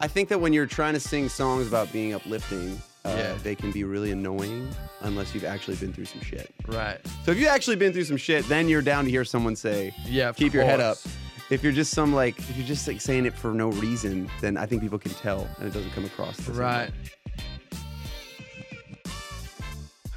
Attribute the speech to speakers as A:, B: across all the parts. A: I think that when you're trying to sing songs about being uplifting, uh,
B: Yeah.
A: they can be really annoying unless you've actually been through some shit.
B: Right.
A: So if you've actually been through some shit, then you're down to hear someone say,
B: Yeah. of
A: keep your head up.
B: course.
A: If you're just some like, if you're just like saying it for no reason, then I think people can tell and it doesn't come across. the same way.
B: Right.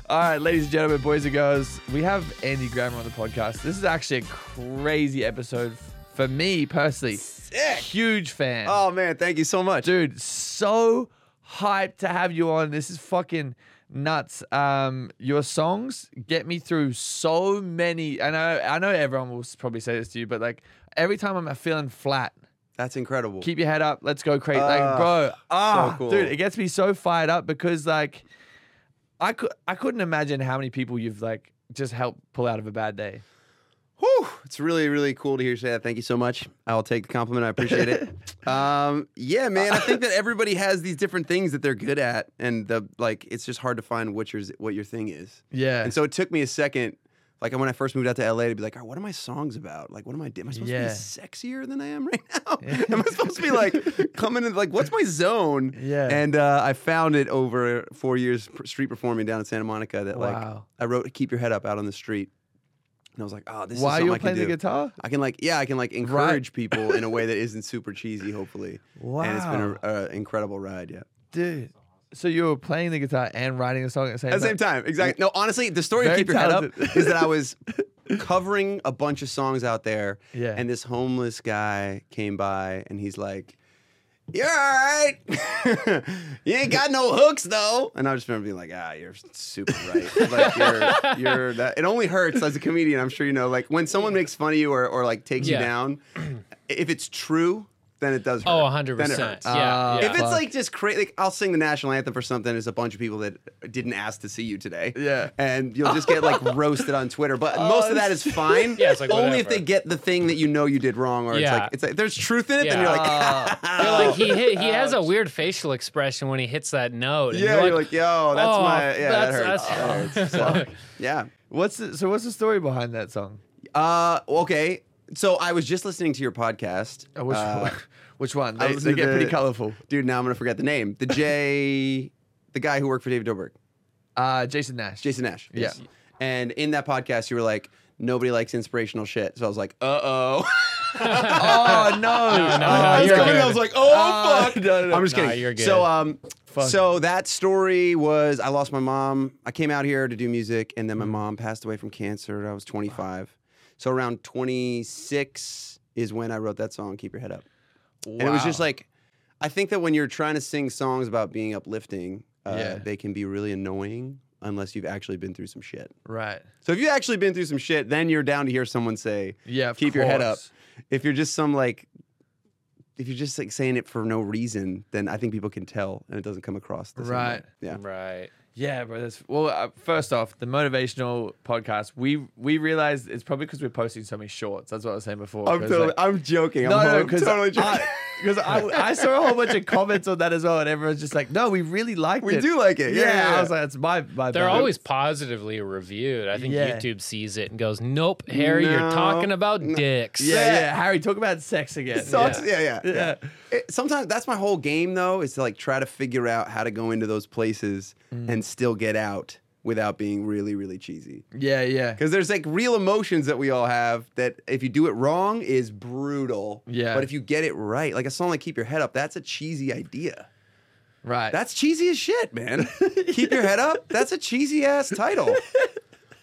B: All right, ladies and gentlemen, boys and girls, we have Andy Grammer on the podcast. This is actually a crazy episode f- for me personally.
A: Sick.
B: Huge fan.
A: Oh man, thank you so much.
B: dude, so hyped to have you on. This is fucking nuts. Um, your songs get me through so many. I know, I know, everyone will s- probably say this to you, but like every time I'm feeling flat,
A: That's incredible.
B: keep your head up. Let's go crazy. like,
A: Ah,
B: bro, ah,
A: cool.
B: dude, it gets me so fired up because like, I could, I couldn't imagine how many people you've like just helped pull out of a bad day.
A: Whew, it's really, really cool to hear you say that. Thank you so much. I'll take the compliment. I appreciate it. um, yeah, man. I think that everybody has these different things that they're good at, and the like. It's just hard to find what your what your thing is.
B: Yeah.
A: And so it took me a second. Like when I first moved out to LA, to be like, "All right, what are my songs about? Like, what am I? Am I supposed
B: Yeah.
A: to be sexier than I am right now?
B: Yeah.
A: am I supposed to be like coming in? Like, what's my zone?
B: Yeah.
A: And uh, I found it over four years p- street performing down in Santa Monica. That like
B: Wow.
A: I wrote, "Keep your head up" out on the street, and I was like, "Oh, this is
B: While
A: something
B: you were
A: I can
B: playing
A: do."
B: the guitar?
A: I can like, yeah, I can like encourage people in a way that isn't super cheesy, hopefully.
B: Wow.
A: And it's been an incredible ride, yeah.
B: dude. So you were playing the guitar and writing a song at the same
A: At the same
B: time.
A: time, exactly. No, honestly, the story of
B: Very
A: Keep Your Head Up
B: talented.
A: is that I was covering a bunch of songs out there,
B: Yeah.
A: and this homeless guy came by and he's like, You're all right. you ain't got no hooks though. And I just remember being like, ah, you're super right. like you're you're that it only hurts as a comedian, I'm sure you know. Like when someone makes fun of you or, or like takes
C: Yeah.
A: you down, if it's true, then it does hurt.
C: Oh,
A: Then it
C: 100%.
A: hurts.
C: Yeah.
B: Uh,
C: yeah.
A: If it's
B: Fuck.
A: like just crazy, like I'll sing the national anthem for something. It's a bunch of people that didn't ask to see you today.
B: Yeah.
A: and you'll just get like roasted on Twitter. But most of that is fine.
C: Yeah, Oh, it's like,
A: only if
C: whatever.
A: they get the thing that you know you did wrong, or
C: Yeah.
A: it's like it's like there's truth in it. Then
C: Yeah.
A: you're like,
B: Ah.
C: You're like he hit, he has a weird facial expression when he hits that note. and
A: yeah, you're like, yo, that's
C: "Oh,
A: my yeah, that hurts.
C: that's- that's-
A: That hurts." So, yeah.
B: What's the, so? What's the story behind that song?
A: Uh, okay. So I was just listening to your podcast.
B: Oh, which,
A: Uh,
B: which one?
A: I
B: They,
A: listened
B: they
A: to
B: get pretty
A: the-
B: colorful.
A: dude. Now I'm gonna forget the name. The J, the guy who worked for David Dobrik.
B: Uh, Jason Nash.
A: Jason Nash.
B: Yeah.
A: yes. And in that podcast, you were like, nobody likes inspirational shit. So I was like, uh oh.
B: Oh no!
C: No, no,
B: Oh,
C: no,
B: it's
C: you're
B: coming
C: good.
B: up.
A: I was like, oh
B: Ah,
A: fuck.
B: no, no, no.
A: I'm just
C: Nah,
A: kidding.
C: you're good.
A: So um, so that story was I lost my mom. I came out here to do music, and then
C: Mm-hmm.
A: my mom passed away from cancer. I was 25. So around 26 is when I wrote that song, "Keep Your Head Up." And it was just
B: Wow.
A: like, I think that when you're trying to sing songs about being uplifting, uh,
B: Yeah.
A: they can be really annoying unless you've actually been through some shit.
B: right.
A: So if you've actually been through some shit, then you're down to hear someone say,
B: Yeah. of
A: Keep your head up.
B: course.
A: if you're just some like, if you're just like saying it for no reason, then I think people can tell and it doesn't come across. The same way.
B: Right.
A: Yeah.
C: Right.
B: Yeah, bro. That's well. Uh, first off, the motivational podcast. We we realized it's probably because we're posting so many shorts. That's what I was saying before. 'cause, like,
A: I'm joking.
B: no, no, because because I, I saw a whole bunch of comments on that as well, and everyone's just like, "No, we really liked
A: We
B: it.
A: do like it. Yeah, yeah,
B: I
A: yeah.
B: was like, "It's my my."
C: They're
B: bad."
C: always positively reviewed. I think
B: Yeah.
C: YouTube sees it and goes, "Nope, Harry,
A: No,
C: you're talking about dicks."
B: yeah, yeah. Harry, talk about sex again.
A: Sucks. Yeah, yeah. yeah.
B: Yeah.
A: It- sometimes that's my whole game though, is to like try to figure out how to go into those places
B: Mm.
A: and still get out without being really, really cheesy.
B: Yeah, yeah.
A: Because there's like real emotions that we all have that if you do it wrong is brutal.
B: Yeah.
A: But if you get it right, like a song like Keep Your Head Up, that's a cheesy idea.
B: Right.
A: That's cheesy as shit, man. Keep Your Head Up, that's a cheesy ass title.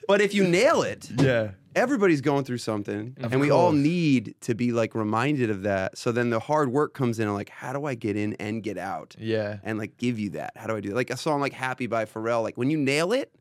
A: But if you nail it,
B: yeah.
A: everybody's going through something. and we all
B: course.
A: need to be like reminded of that. So then the hard work comes in and like, how do I get in and get out?
B: Yeah.
A: And like give you that. How do I do that? Like a song like Happy by Pharrell, like when you nail it,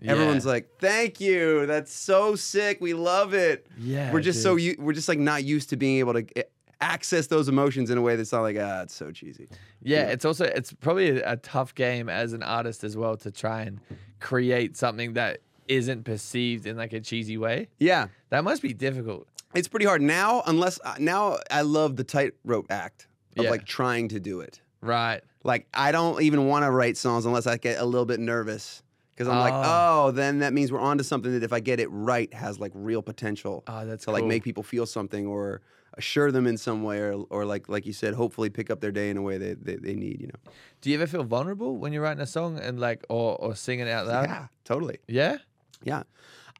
B: Yeah.
A: Everyone's like, "Thank you. That's so sick. We love it."
B: Yeah,
A: we're just so
B: dude.
A: u- we're just like not used to being able to eh, access those emotions in a way that's not like, ah, it's so cheesy.
B: Yeah, it's also it's probably a, a tough game as an artist as well to try and create something that isn't perceived in like a cheesy way.
A: Yeah,
B: That must be difficult.
A: it's pretty hard now. Unless uh, now, I love the tightrope act of
B: Yeah.
A: like trying to do it.
B: Right.
A: Like I don't even want to write songs unless I get a little bit nervous because I'm like,
B: Oh.
A: oh, then that means we're onto something that if I get it right has like real potential
B: Oh, that's
A: to like
B: cool.
A: make people feel something or assure them in some way, or, or like like you said, hopefully pick up their day in a way they, they, they need. You know.
B: Do you ever feel vulnerable when you're writing a song and like or or singing it out loud?
A: yeah, totally.
B: Yeah?
A: Yeah.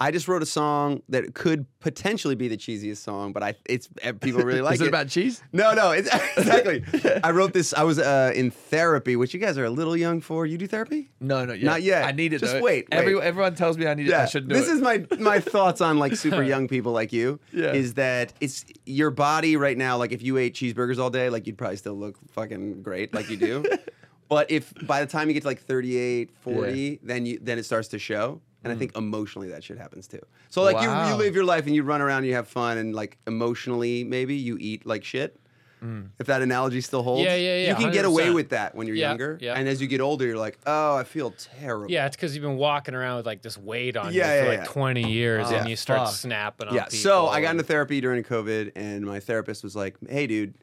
A: I just wrote a song that could potentially be the cheesiest song, but I it's eh, people really like
B: Is it about cheese?
A: No, no, it's, exactly. I wrote this. I was uh, in therapy, which you guys are a little young for. You do therapy?
B: No, not yet.
A: Not yet.
B: I need it.
A: Just
B: though.
A: wait,
B: Every,
A: wait.
B: everyone tells me I need it. I should do
A: this
B: it.
A: is my my thoughts on like super young people like you.
B: Yeah.
A: Is that it's your body right now? Like if you ate cheeseburgers all day, like you'd probably still look fucking great, like you do. but if by the time you get to like 38, 40, then you then it starts to show. And I think emotionally that shit happens too. So like you, you
B: Wow.
A: live your life and you run around and you have fun and like emotionally maybe you eat like shit. If that analogy still holds,
C: Yeah, yeah, yeah,
A: you can get away
C: 100%.
A: with that when you're
C: Yeah,
A: younger,
C: yeah.
A: and as you get older, you're like, oh, I feel terrible.
C: Yeah, it's because you've been walking around with like this weight on
A: Yeah,
C: you for
A: yeah,
C: like
A: yeah.
C: 20 years
A: Yeah.
C: and you start
B: Fuck.
C: snapping on
A: yeah.
C: people.
A: So I got
C: and-
A: into therapy during COVID, and my therapist was like, "Hey, dude,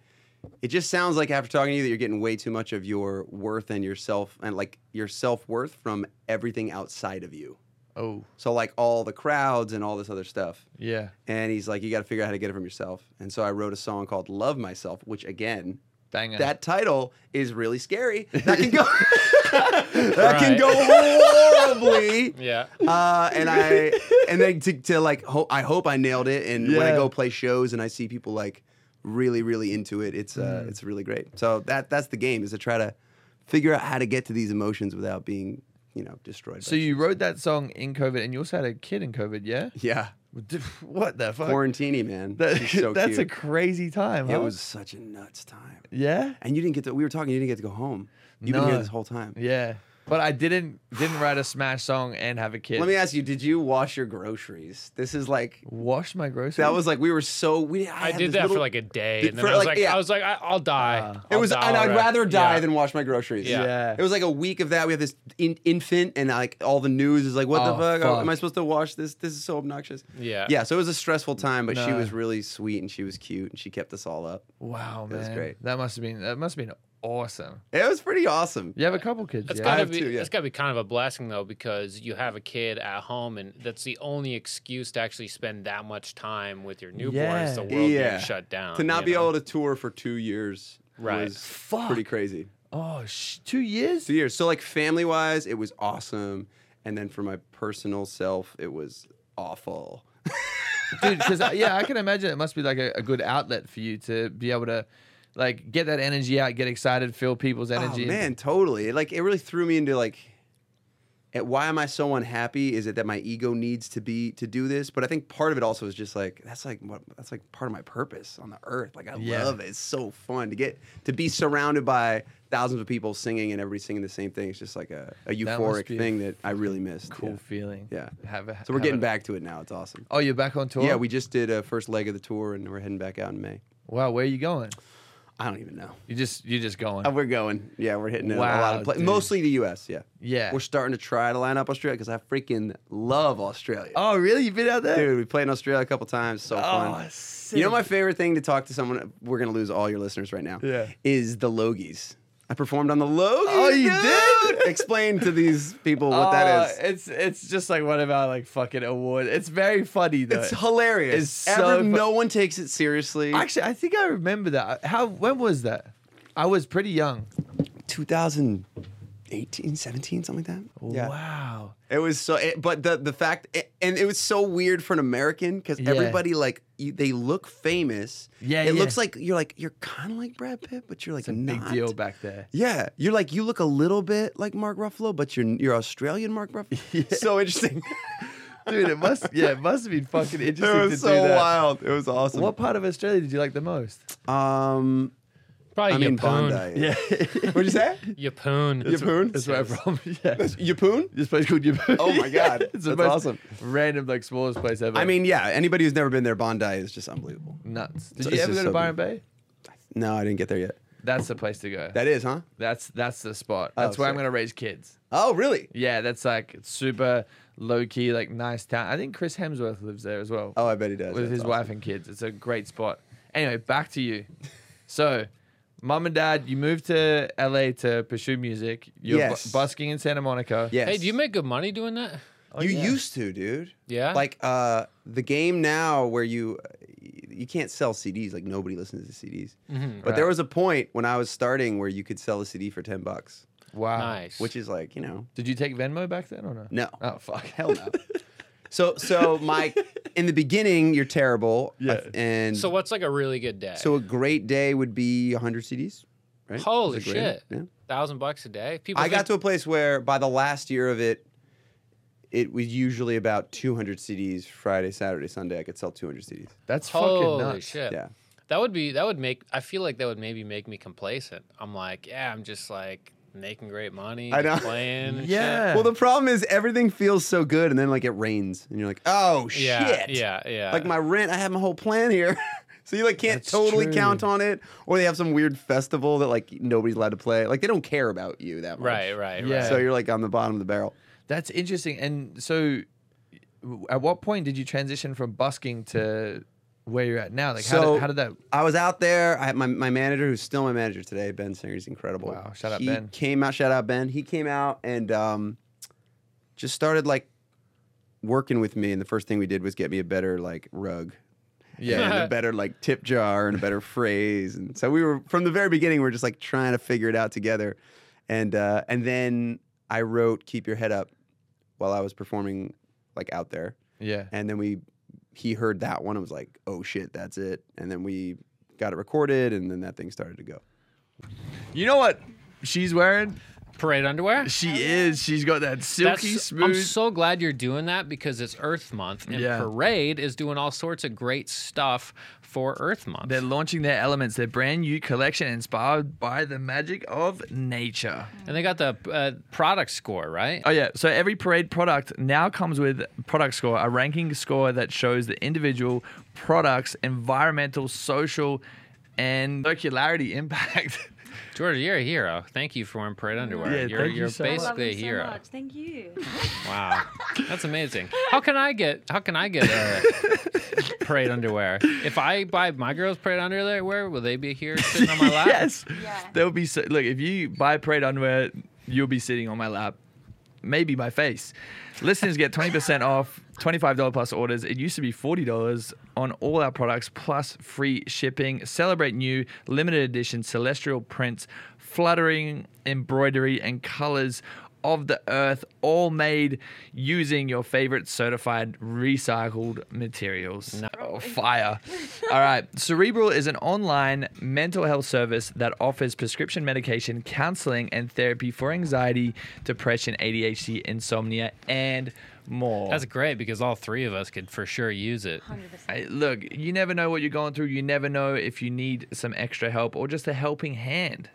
A: it just sounds like after talking to you that you're getting way too much of your worth and yourself and like your self worth from everything outside of you.
B: oh,
A: So like all the crowds and all this other stuff."
B: yeah.
A: And he's like, "You got to figure out how to get it from yourself." And so I wrote a song called "Love Myself," which again.
B: Banger.
A: That title is really scary. That can go. that can
C: Right.
A: go horribly
C: Yeah.
A: uh, and I and then to, to like ho- I hope I nailed it. And when I
B: Yeah.
A: go play shows and I see people like really really into it, it's
B: Mm.
A: uh, it's really great. So that that's the game is to try to figure out how to get to these emotions without being you know destroyed.
B: so you wrote that song in COVID, and you also had a kid in COVID, yeah?
A: yeah,
B: What the fuck?
A: Quarantini man,
B: That-
A: She's so
B: that's
A: cute.
B: a crazy time.
A: it
B: huh?
A: was such a nuts time.
B: Yeah,
A: And you didn't get to. We were talking. You didn't get to go home. You've been
B: No.
A: here this whole time.
B: yeah. But I didn't didn't write a smash song and have a kid.
A: Let me ask you: Did you wash your groceries? This is like
B: wash my groceries.
A: that was like we were so we. I,
C: I,
A: had
C: did
A: this
C: that
A: little-
C: for like a day.
A: Did-
C: And then
A: for,
C: I was
A: like,
C: like,
A: yeah.
C: I was like, I, I'll die.
A: It
C: I'll
A: was,
C: die
A: and I'd
C: alright."
A: rather die
C: Yeah.
A: than wash my groceries.
C: Yeah.
B: Yeah.
A: It was like a week of that. We have this in- infant, and like all the news is like, what the
B: Oh,
A: fuck? Oh,
B: fuck.
A: Am I supposed to wash this? This is so obnoxious.
C: Yeah.
A: Yeah. So it was a stressful time, but she
B: No.
A: was really sweet and she was cute and she kept us all up.
B: wow, man.
A: was great.
B: That must have been that must have been awesome.
A: It was pretty awesome.
B: You have a couple kids.
C: That's
B: yeah?
A: I
C: gotta
A: have
C: be
A: two, yeah.
C: that's gotta be kind of a blessing though, because you have a kid at home and that's the only excuse to actually spend that much time with your newborn is the
B: Yeah.
C: world
A: Yeah.
C: being shut down.
A: To not
C: you
A: be
C: know?
A: able to tour for two years
C: Right.
A: was
B: Fuck.
A: pretty crazy.
B: Oh, sh- two years.
A: Two years. So like family wise, it was awesome, and then for my personal self, it was awful.
B: dude. Because yeah, I can imagine it must be like a, a good outlet for you to be able to like get that energy out, get excited, feel people's energy.
A: Oh,
B: and-
A: man, totally. It, like it really threw me into like, at why am I so unhappy? Is it that my ego needs to be to do this? But I think part of it also is just like that's like what that's like part of my purpose on the earth. Like I
B: Yeah.
A: love it. It's so fun to get to be surrounded by thousands of people singing and everybody singing the same thing. It's just like a, a
B: must
A: euphoric
B: be a
A: thing that I really missed.
B: cool
A: Yeah.
B: feeling.
A: Yeah.
B: Have a,
A: So we're
B: have
A: getting
B: a-
A: back to it now. It's awesome.
B: Oh, you're back on tour.
A: Yeah, we just did a first leg of the tour and we're heading back out in May.
B: Wow, where are you going?
A: I don't even know.
B: You just you're just going.
A: Uh, We're going. Yeah, we're hitting a- a lot
B: Wow,
A: of places.
B: dude.
A: Mostly the U.S. Yeah.
B: Yeah.
A: We're starting to try to line up Australia because I freaking love Australia.
B: oh, really? You've been out there?
A: Dude, we played in Australia a couple times. So
B: oh,
A: fun. You know my favorite thing to talk to someone. We're gonna lose all your listeners right now.
B: Yeah.
A: Is the Logies. I performed on the Logies.
B: Oh, you Uh,
A: dude! Explain to these people what that is.
B: Oh, It's it's just like one of our like fucking award. It's very funny though.
A: It's hilarious.
B: It's so
A: Ever-
B: fu-
A: no one takes it seriously.
B: Actually, I think I remember that. How? When was that? I was pretty young.
A: 2018, 17, something like that.
B: Wow.
A: It was so, it, but the the fact, it, and it was so weird for an American because
B: Yeah.
A: everybody like you, they look famous.
B: Yeah,
A: it
B: yeah.
A: looks like you're like you're kind of like Brad Pitt, but you're like
B: It's a
A: not.
B: big deal back there.
A: Yeah, you're like you look a little bit like Mark Ruffalo, but you're you're Australian Mark Ruffalo. So interesting.
B: Dude, it must yeah, it must have been fucking
A: it
B: interesting to
A: was
B: do
A: so
B: that.
A: wild. It was awesome.
B: What part of Australia did you like the most?
A: Um,
C: probably
A: I mean
C: Yapoon.
A: Bondi. What'd you say?
C: Yapoon.
A: Yapoon.
B: That's where I'm from. Yeah.
A: Yapoon.
B: This place called Yapoon.
A: Oh my God,
B: it's the
A: that's
B: most
A: awesome.
B: Random like smallest place ever.
A: I mean, yeah. Anybody who's never been there, Bondi is just unbelievable.
B: nuts. Did
A: So
B: you
A: it's
B: ever go
A: just
B: to
A: so
B: Byron
A: good.
B: Bay?
A: No, I didn't get there yet.
B: That's the place to go.
A: That is, huh?
B: That's that's the spot. That's where I'm
A: sick.
B: gonna raise kids.
A: Oh, really?
B: Yeah, that's like super low key, like nice town. I think Chris Hemsworth lives there as well
A: Oh, I bet he does.
B: with
A: That's
B: his
A: awesome.
B: wife and kids. It's a great spot. Anyway, back to you. So, mum and dad, you moved to LA to pursue music. You're bu-
A: Yes.
B: busking in Santa Monica.
A: Yes.
C: Hey, do you make good money doing that?
A: you
B: yeah.
A: used to, dude.
C: Yeah?
A: Like uh, the game now where you you can't sell CDs. Like nobody listens to CDs.
C: Mhm.
A: But there was a point when I was starting where you could sell a CD for ten bucks,
B: Wow.
C: Nice.
A: Uh, which is like you know
B: Did you take Venmo back then or no?
A: no.
B: Oh fuck.
A: Hell no. so so my in the beginning you're terrible.
B: Yeah.
A: uh, And
C: so
A: so
C: what's like a really good day?
A: so a great day would be 100 CDs. Right? Is
C: Holy
A: a great-
C: shit.
A: Yeah.
C: thousand bucks a day. People
A: I
C: think-
A: got to a place where by the last year of it, it was usually about 200 CDs Friday, Saturday, Sunday. I could sell 200 CDs.
B: That's fucking
C: holy
B: nuts.
C: shit.
A: Yeah.
C: That would be that would make I feel like that would maybe make me complacent. I'm like, yeah, I'm just like making great money,
A: I know.
C: playing. and
B: Yeah.
A: Well, the problem is everything feels so good, and then like it rains, and you're like, oh
C: shit. yeah,
A: shit.
C: yeah, yeah.
A: Like my rent, I have my whole plan here. So you like can't
B: That's
A: totally
B: true.
A: count on it, or they have some weird festival that like nobody's allowed to play. Like they don't care about you that much,
C: right, right,
B: Yeah.
C: right.
A: So you're like on the bottom of the barrel.
B: That's interesting. And so, w- at what point did you transition from busking to where you're at now? Like, how,
A: So-
B: did, how did that?
A: I was out there. I had my, my manager, who's still my manager today, Ben Singer, he's incredible.
B: Wow, shout out
A: He
B: Ben.
A: Came out, shout out Ben. He came out and um, just started like working with me. And the first thing we did was get me a better like rug,
B: Yeah.
A: and a better like tip jar, and a better phrase. And so we were from the very beginning, we were just like trying to figure it out together. And uh, and then I wrote "Keep Your Head Up" while I was performing like out there.
B: yeah.
A: And then we, he heard that one and was like, oh shit, that's it. And then we got it recorded and then that thing started to go.
B: You know what? She's wearing.
C: Parade underwear.
B: She is. She's got that
C: That's,
B: silky
C: I'm
B: smooth.
C: so glad you're doing that because it's Earth Month and
B: Yeah.
C: Parade is doing all sorts of great stuff for Earth Month.
B: They're launching their elements, their brand new collection inspired by the magic of nature.
C: and they got the uh, product score, right?
B: Oh yeah, so every parade product now comes with product score, a ranking score that shows the individual product's environmental, social, and circularity impact.
C: George, you're a hero. Thank you for wearing parade underwear.
B: Yeah,
C: you're
B: thank you
C: you're
B: so much.
D: I love
C: basically
D: you
C: a
D: so
C: hero.
D: much. Thank you.
C: Wow, that's amazing. How can I get? How can I get a parade underwear? If I buy my girls parade underwear, will they be here sitting on my lap?
B: yes.
D: Yeah.
B: There will be so, look if you buy parade underwear, you'll be sitting on my lap, maybe my face. Listeners get twenty percent off twenty five dollar plus orders. It used to be forty dollars on all our products plus free shipping. Celebrate new limited edition celestial prints, fluttering embroidery and colors. Of the earth, all made using your favorite certified recycled materials. Oh, fire. All right. Cerebral is an online mental health service that offers prescription medication, counseling, and therapy for anxiety, depression, ADHD, insomnia, and more.
C: That's great because all three of us could for sure use it.
D: 100%.
B: Hey, Look, you never know what you're going through. You never know if you need some extra help or just a helping hand.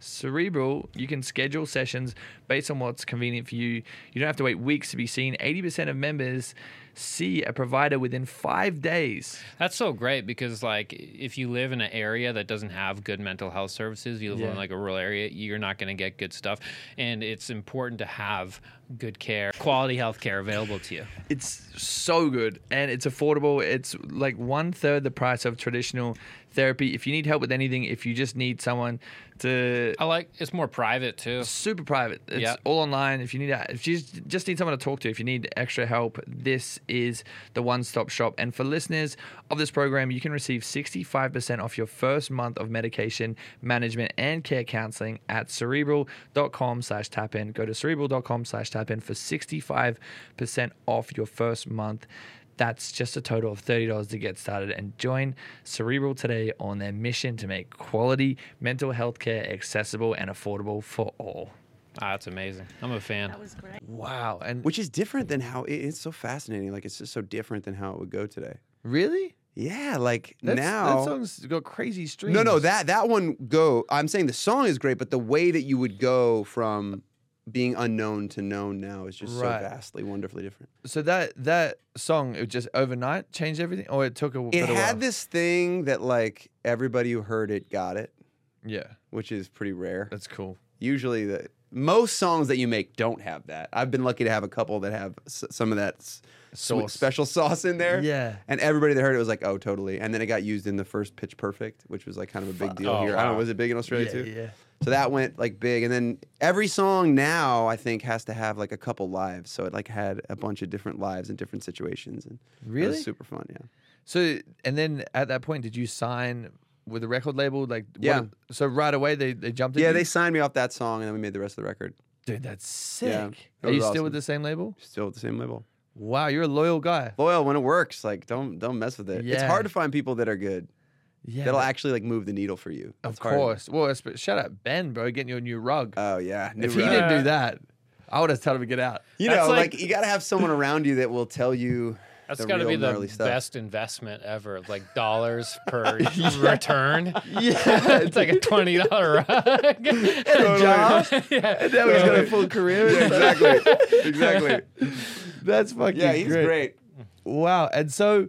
B: Cerebral, you can schedule sessions based on what's convenient for you. You don't have to wait weeks to be seen. 80% of members see a provider within five days.
C: That's so great because like if you live in an area that doesn't have good mental health services, you live
B: Yeah.
C: in like a rural area, you're not going to get good stuff, and it's important to have good care, quality health care available to you.
B: It's so good and it's affordable. It's like one third the price of traditional therapy. If you need help with anything, if you just need someone to
C: I like it's more private too.
B: super private, it's
C: Yeah.
B: all online. If you need if you just need someone to talk to, if you need extra help, this is the one stop shop. And for listeners of this program, you can receive 65% off your first month of medication management and care counseling at cerebral.com slash tap in. Go to cerebral.com slash tap in for 65% off your first month. That's just a total of $30 to get started and join Cerebral today on their mission to make quality mental health care accessible and affordable for all.
C: Ah, that's amazing. I'm a fan.
D: That was great.
B: Wow. And
A: Which is different than how it- it's so fascinating. Like it's just so different than how it would go today.
B: really?
A: Yeah, like
B: That's-
A: now.
B: that song's got crazy streams.
A: no, no, that that one go. I'm saying the song is great, but the way that you would go from being unknown to known now is just
B: Right.
A: so vastly wonderfully different.
B: So that that song it just overnight changed everything, or it took a.
A: It
B: bit of
A: had
B: while?
A: this thing that like everybody who heard it got it,
B: Yeah,
A: which is pretty rare.
B: that's cool.
A: usually the most songs that you make don't have that. I've been lucky to have a couple that have s- some of that s- sweet
B: Sauce.
A: special sauce in there.
B: Yeah.
A: And everybody that heard it was like, oh, totally. And then it got used in the first Pitch Perfect, which was like kind of a big deal
C: Oh,
A: here. I don't
C: wow.
A: know, was it big in Australia
B: yeah,
A: too?
B: yeah.
A: So that went like big. And then every song now, I think, has to have like a couple lives. So it like had a bunch of different lives and different situations. And that was
B: Really?
A: super fun, yeah.
B: So and then at that point, did you sign with a record label? Like what-
A: Yeah.
B: so right away they, they jumped in.
A: Yeah, they signed me off that song, and then we made the rest of the record.
B: dude that's sick.
A: Yeah, it
B: Are you
A: was
B: still
A: awesome.
B: with the same label?
A: Still at the same label.
B: Wow, you're a loyal guy.
A: Loyal when it works. Like don't don't mess with it. It's
B: Yeah.
A: hard to find people that are good
B: Yeah,
A: that'll
B: man.
A: actually like move the needle for you.
B: of
A: It's hard.
B: course. Well, esp- shout out Ben, bro, getting you a new rug.
A: Oh yeah. New
B: if he
A: rug.
B: didn't do
C: Yeah.
B: that, I would have told him to get out.
A: you
C: That's
A: know, like,
C: like-
A: you gotta have someone around you that will tell you
C: That's
A: the
C: got to
A: real
C: be the
A: gnarly stuff.
C: best investment ever, like dollars per return.
B: Yeah,
C: it's like a twenty dollar rug.
A: Totally.
B: job.
C: yeah.
B: And now he's got a full career.
A: Yeah, exactly. exactly.
B: That's fucking
A: Yeah, he's great.
B: Wow. And so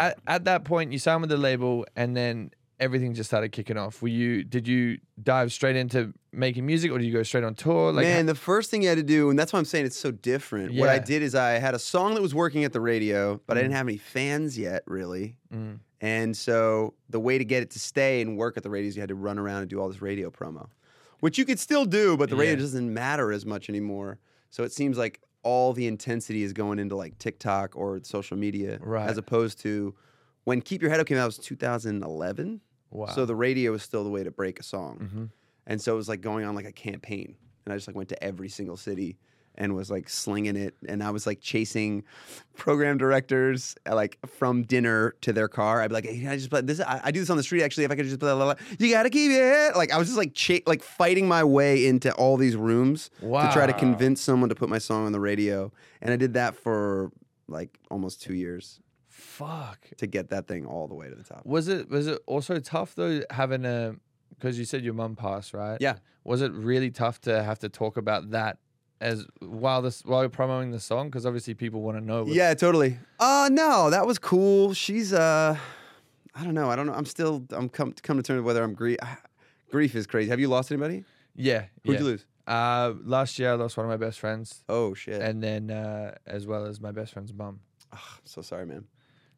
B: at, at that point you signed with the label and then everything just started kicking off. Were you did you dive straight into making music or did you go straight on tour? Like
A: Man, the first thing you had to do, and that's why I'm saying it's so different. What I
B: Yeah. Mm-hmm.
A: did is I had a song that was working at the radio, but I didn't have any fans yet, really.
B: Mm.
A: And so the way to get it to stay and work at the radio is you had to run around and do all this radio promo, which you could still do, but the radio
B: Yeah.
A: doesn't matter as much anymore. So it seems like all the intensity is going into like TikTok or social media,
B: Right.
A: as opposed to when Keep Your Head Up came out it was 2011.
B: wow.
A: So the radio was still the way to break a song.
B: Mhm.
A: And so it was like going on like a campaign. And I just like went to every single city and was like slinging it. And I was like chasing program directors uh, like from dinner to their car. I'd be like, hey, can I just play this? I, I do this on the street actually. If I could just play, la, la, la. you gotta keep it. Like I was just like cha- like fighting my way into all these rooms to try to
B: Wow.
A: convince someone to put my song on the radio. And I did that for like almost two years
B: fuck.
A: to get that thing all the way to the top.
B: Was it was it also tough though having a because you said your mum passed, right?
A: Yeah.
B: Was it really tough to have to talk about that as while this while you're promoting the song? Because obviously people want to know. what-
A: Yeah, totally. Uh no, that was cool. She's uh I don't know. I don't know. I'm still I'm come come to terms with whether I'm grief grief is crazy. Have you lost anybody?
B: Yeah.
A: Who'd
B: yeah.
A: you lose?
B: Uh, last year I lost one of my best friends,
A: Oh shit.
B: and then uh, as well as my best friend's mum.
A: Ugh, I'm so sorry, man.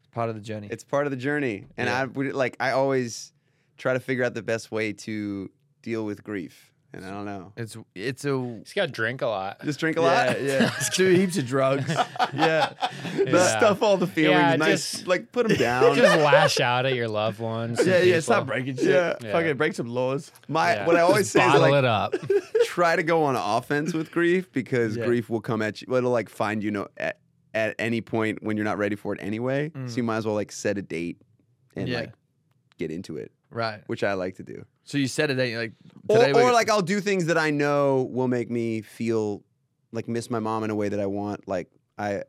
B: It's part of the journey.
A: It's part of the journey. And
B: Yeah.
A: I would like I always try to figure out the best way to deal with grief. And I don't know.
B: It's it's a
C: He's got to drink a lot.
A: Just drink a
B: yeah,
A: lot.
B: yeah. do heaps of drugs. yeah,
A: Just
C: Yeah.
A: Stuff all the feelings.
C: Yeah,
A: nice.
C: just-
A: like put them down.
C: Just lash out at your loved ones. and
B: yeah, yeah. Stop
C: people.
B: breaking shit.
A: Yeah.
C: Yeah.
B: Fucking break some laws.
A: My
C: Yeah.
A: what I always
C: Just
A: say is
C: bottle
A: like
C: it up.
A: try to go on offense with grief because
B: Yeah.
A: grief will come at you. It'll like find you know at, at any point when you're not ready for it anyway. So you might as well like set a date and
B: Mm. Yeah.
A: like get into it,
B: Right.
A: which I like to do.
B: So you said it, ain't you? like
A: Or,
B: today. we're-
A: or like I'll do things that I know will make me feel like miss my mom in a way that I want. Like I,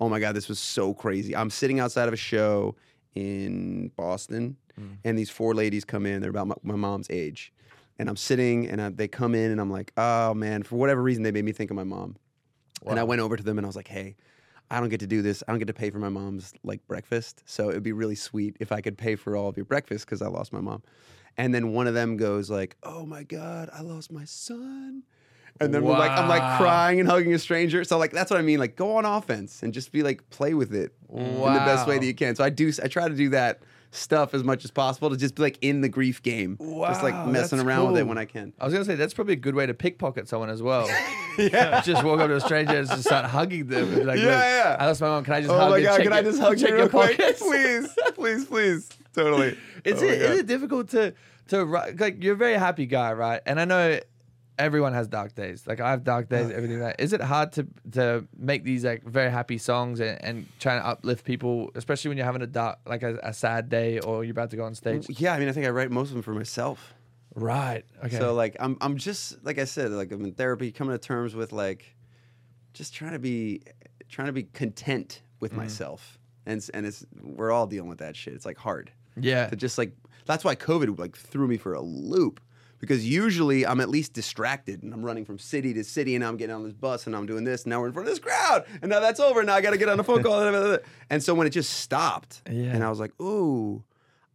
A: oh my god, this was so crazy. I'm sitting outside of a show in Boston,
B: Mm.
A: and these four ladies come in. They're about my, my mom's age, and I'm sitting, and I, they come in, and I'm like, oh man, for whatever reason, they made me think of my mom. And I
B: Wow.
A: went over to them, and I was like, hey. I don't get to do this. I don't get to pay for my mom's like breakfast. So it'd be really sweet if I could pay for all of your breakfast because I lost my mom. And then one of them goes like, "Oh my god, I lost my son." And then we're like I'm like
B: Wow.
A: crying and hugging a stranger. So like that's what I mean. Like go on offense and just be like play with it in the best way that
B: Wow.
A: you can. So I do I try to do that stuff as much as possible to just be like in the grief game. Just like
B: Wow,
A: messing
B: that's
A: around with it
B: cool.
A: when I can.
B: I was gonna say that's probably a good way to pickpocket someone as well. just walk up to a stranger and just start hugging them. And be like,
A: Yeah,
B: "Look,
A: yeah.
B: I lost my mom. Can I just?
A: Oh
B: hug
A: my
B: you?
A: god,
B: Check
A: can I
B: your-
A: just hug
B: check
A: you real
B: your
A: quick?
B: pockets?"
A: Please. Please, please. Totally.
B: Is
A: Oh my
B: it
A: God.
B: is it difficult to to ri- like you're a very happy guy, right? And I know everyone has dark days. Like I have dark days, everything like that. Is it hard to to make these like very happy songs and, and try and uplift people, especially when you're having a dark like a, a sad day or you're about to go on stage?
A: Yeah, I mean I think I write most of them for myself.
B: Right. Okay.
A: So like I'm I'm just like I said like I'm in therapy coming to terms with like just trying to be trying to be content with myself. And it's- and it's we're all dealing with that shit. It's like hard.
B: yeah.
A: To just like that's why COVID like threw me for a loop because usually I'm at least distracted and I'm running from city to city and now I'm getting on this bus and I'm doing this and now we're in front of this crowd and now that's over and now I got to get on a phone call and so when it just stopped
B: Yeah.
A: and I was like ooh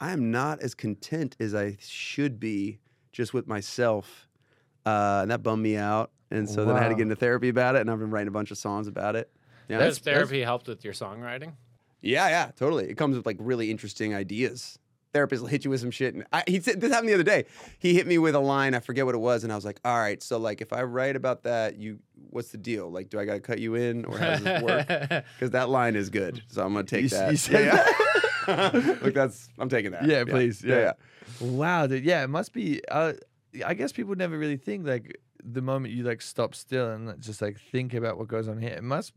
A: I am not as content as I should be just with myself uh, and that bummed me out and so then I had to
B: Wow.
A: get into therapy about it and I've been writing a bunch of songs about it yeah
C: Has
B: that's-
C: therapy helped with your songwriting?
A: yeah, yeah, totally. It comes with like really interesting ideas. Therapist will hit you with some shit. And I, he said this happened the other day. He hit me with a line. I forget what it was, and I was like, "All right, so like if I write about that, you, what's the deal? Like, do I gotta cut you in, or how does this work? Because that line is good, so I'm gonna take
B: You s-
A: that.
B: you said
A: yeah, yeah. Like that's I'm taking that.
B: Yeah, please. Yeah.
A: yeah.
B: Wow, dude. Yeah, it must be. Uh, I guess people never really think like the moment you like stop still and like, just like think about what goes on here. It must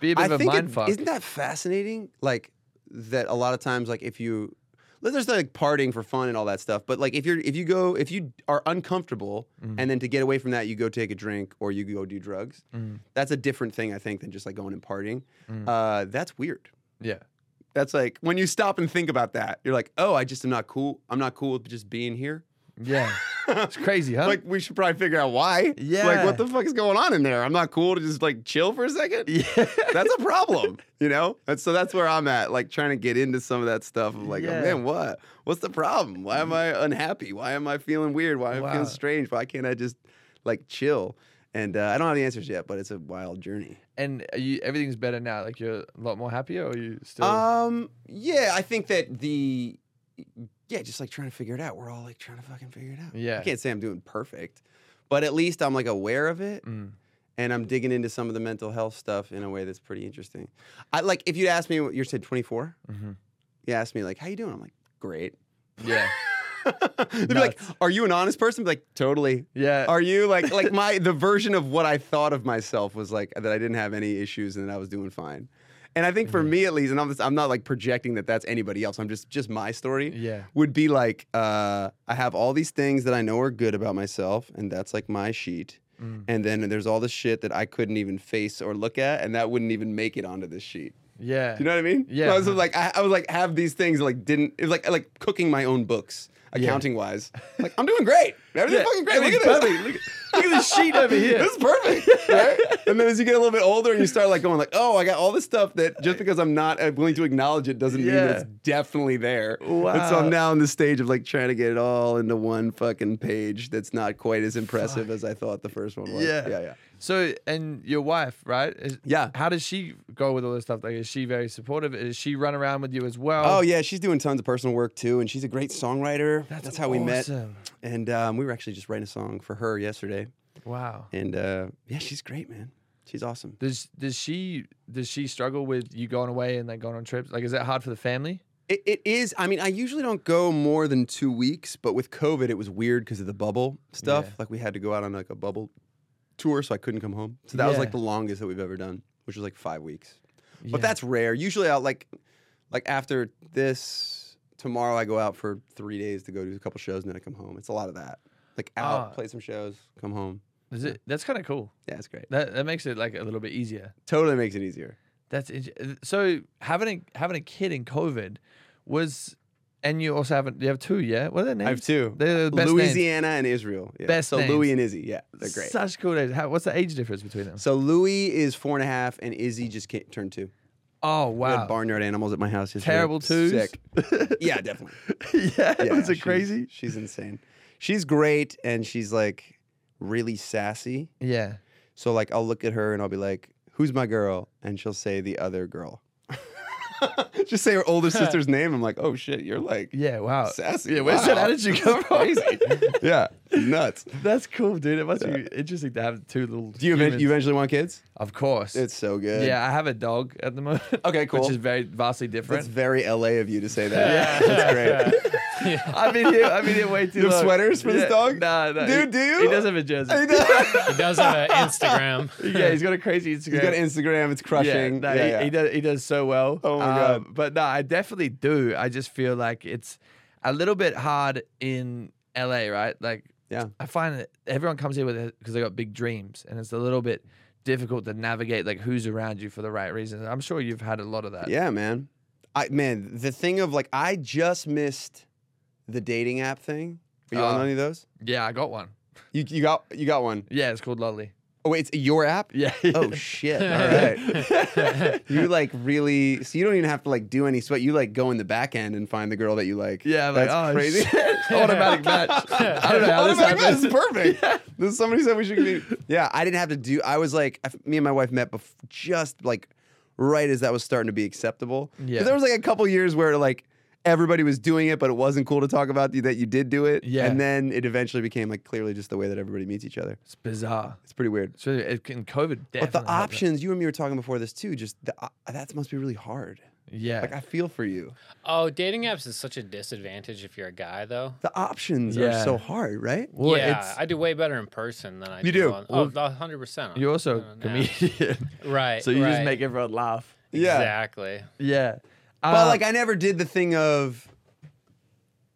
B: be a bit of a
A: I think
B: mind
A: it,
B: fuck.
A: isn't that fascinating? Like that a lot of times, like if you like, there's like partying for fun and all that stuff, but like if you're if you go if you are uncomfortable
B: Mm-hmm.
A: and then to get away from that you go take a drink or you go do drugs,
B: Mm-hmm.
A: that's a different thing I think than just like going and partying. Uh, that's weird.
B: yeah.
A: That's like when you stop and think about that, you're like, oh, I just am not cool. I'm not cool with just being here.
B: Yeah. it's crazy, huh?
A: Like we should probably figure out why. Like
B: Yeah.
A: what the fuck is going on in there? I'm not cool to just like chill for a second.
B: yeah.
A: that's a problem, you know? And so that's where I'm at, like trying to get into some of that stuff of like, oh,
B: Yeah. Mm-hmm.
A: man, what? What's the problem? Why am I unhappy? Why am I feeling weird? Why am I
B: Wow.
A: feeling strange? Why can't I just like chill? And uh, I don't have the answers yet, but it's a wild journey.
B: And are you everything's better now. Like you're a lot more happier, or are you still?
A: Um, yeah, I think that the yeah, just like trying to figure it out. We're all like trying to fucking figure it out.
B: Yeah.
A: I can't say I'm doing perfect, but at least I'm like aware of it.
B: Mm.
A: and I'm digging into some of the mental health stuff in a way that's pretty interesting. I like if you'd asked me, you said 24.
B: Mhm.
A: You asked me like, how you doing? I'm like, great.
B: Yeah.
A: They'd be like, are you an honest person? I'd be like, totally.
B: Yeah.
A: Are you like like my the version of what I thought of myself was like that I didn't have any issues and that I was doing fine. And I think for
B: Mm-hmm.
A: me at least, and I'm, just, I'm not like projecting that that's anybody else. I'm just just my story
B: yeah.
A: would be like uh, I have all these things that I know are good about myself, and that's like my sheet.
B: Mm.
A: And then there's all this shit that I couldn't even face or look at, and that wouldn't even make it onto this sheet.
B: Yeah.
A: Do you know what I mean?
B: Yeah.
A: So I was just like, I, I was like, have these things like didn't. It was like like cooking my own books,
B: Yeah.
A: accounting wise. Like I'm doing great. Everything's
B: Yeah,
A: fucking great. Look
B: everything's
A: at this.
B: perfect. Look at this sheet over here.
A: This is perfect. Right? and then as you get a little bit older and you start like going like, oh, I got all this stuff that just because I'm not uh, willing to acknowledge it doesn't mean
B: Yeah.
A: that it's definitely there. And so
B: Wow.
A: I'm now in the stage of like trying to get it all into one fucking page that's not quite as impressive as I thought the first one was.
B: Yeah.
A: Yeah. Yeah.
B: So, and your wife, right? Is-
A: Yeah.
B: How does she go with all this stuff? Like, is she very supportive? Is she run around with you as well?
A: Oh yeah, she's doing tons of personal work too, and she's a great songwriter. That's, how we met,
B: awesome.
A: and um, we were actually just writing a song for her yesterday.
B: Wow.
A: And uh, yeah, she's great, man. She's awesome.
B: Does does she does she struggle with you going away and like going on trips? Like, is that hard for the family?
A: It, it is. I mean, I usually don't go more than two weeks, but with COVID, it was weird because of the bubble stuff.
B: Yeah.
A: Like we had to go out on like a bubble tour, so I couldn't come home. So that was
B: Yeah.
A: like the longest that we've ever done, which was like five weeks.
B: Yeah.
A: But that's rare. Usually, I'll like like after this tomorrow, I go out for three days to go do a couple shows, and then I come home. It's a lot of that. Like out,
B: Ah.
A: play some shows, come home.
B: Is it, that's kind of cool.
A: Yeah, it's great.
B: That that makes it like a little bit easier.
A: Totally makes it easier.
B: That's int- so having a, having a kid in COVID was, and you also haven't you have two, yeah. What are their names?
A: I have two.
B: They're the best names.
A: Louisiana and Israel. Yeah.
B: Best
A: so
B: names.
A: Louis and Izzy. Yeah, they're great.
B: Such cool names. How, what's the age difference between them?
A: So Louis is four and a half, and Izzy just ca- turned two.
B: Oh
A: We
B: wow.
A: had barnyard animals at my house. Yesterday.
B: Terrible twos.
A: Sick. yeah, definitely.
B: yeah,
A: Yeah,
B: was it
A: she's-
B: crazy?
A: She's insane. She's great, and she's like really sassy.
B: Yeah.
A: So like, I'll look at her and I'll be like, "Who's my girl?" And she'll say the other girl. Just say her older sister's name. I'm like, "Oh shit, you're like
B: Yeah. Wow.
A: sassy."
B: Uh, Yeah. Where's that
A: Wow.
B: attitude come from?
A: Crazy. yeah, nuts.
B: That's cool, dude. It must be interesting to have two little.
A: Do you, ev-
B: humans.
A: you eventually want kids?
B: Of course.
A: It's so good.
B: yeah, I have a dog at the moment.
A: Okay, cool.
B: Which is very vastly
A: That's
B: different.
A: very LA of you to say that. Yeah. That's great.
B: I've been here. I've been here way too
A: You have
B: long.
A: sweaters for this dog?
B: Nah, nah.
A: Dude,
B: he,
A: do you?
B: He does have a jersey.
A: I know.
C: He does have an Instagram.
B: yeah, he's got a crazy Instagram.
A: He's got Instagram. It's
B: yeah,
A: crushing.
B: no,
A: Yeah,
B: he,
A: yeah.
B: he does. He does so well. Uh,
A: Oh my God.
B: But no, I definitely do. I just feel like it's a little bit hard in LA, right? Like,
A: Yeah.
B: I find that everyone comes here with it because they got big dreams, and it's a little bit difficult to navigate like who's around you for the right reasons. I'm sure you've had a lot of that.
A: Yeah, man. I man, the thing of like, I just missed the dating app thing. Are you on
B: Uh,
A: any of those?
B: Yeah, I got one.
A: You, you got you got one.
B: Yeah, it's called Lolly.
A: Oh wait, it's your app.
B: Yeah.
A: Oh shit! All right, you like really. So you don't even have to like do any sweat. You like go in the back end and find the girl that you like.
B: Yeah, I'm like,
A: that's
B: oh,
A: crazy. Oh
B: shit. Automatic match. I don't know how
A: Automatic
B: this
A: match
B: happens.
A: is perfect. This- Somebody said we should be. Yeah, I didn't have to do. I was like, I f- me and my wife met bef- just like right as that was starting to be acceptable. 'Cause
B: Yeah.
A: there was like a couple years where like everybody was doing it, but it wasn't cool to talk about you, that you did do it.
B: Yeah.
A: and then it eventually became like clearly just the way that everybody meets each other.
B: It's bizarre.
A: It's pretty weird.
B: So it can COVID.
A: But the
B: definitely helped that.
A: options you and me were talking before this too. Just the, uh, that must be really hard.
B: Yeah.
A: Like I feel for you.
C: Oh, dating apps is such a disadvantage if you're a guy, though.
A: The options
B: Yeah.
A: are so hard, right?
B: well,
C: yeah,
B: it's,
C: I do way better in person than I
A: You
C: do.
A: do.
C: On, oh, 100%.
B: you're also
C: Uh,
B: a
C: no.
B: comedian,
C: Right.
B: so you
C: right.
B: just make everyone laugh.
A: Yeah.
C: Exactly.
B: Yeah.
A: But
B: Uh,
A: like I never did the thing of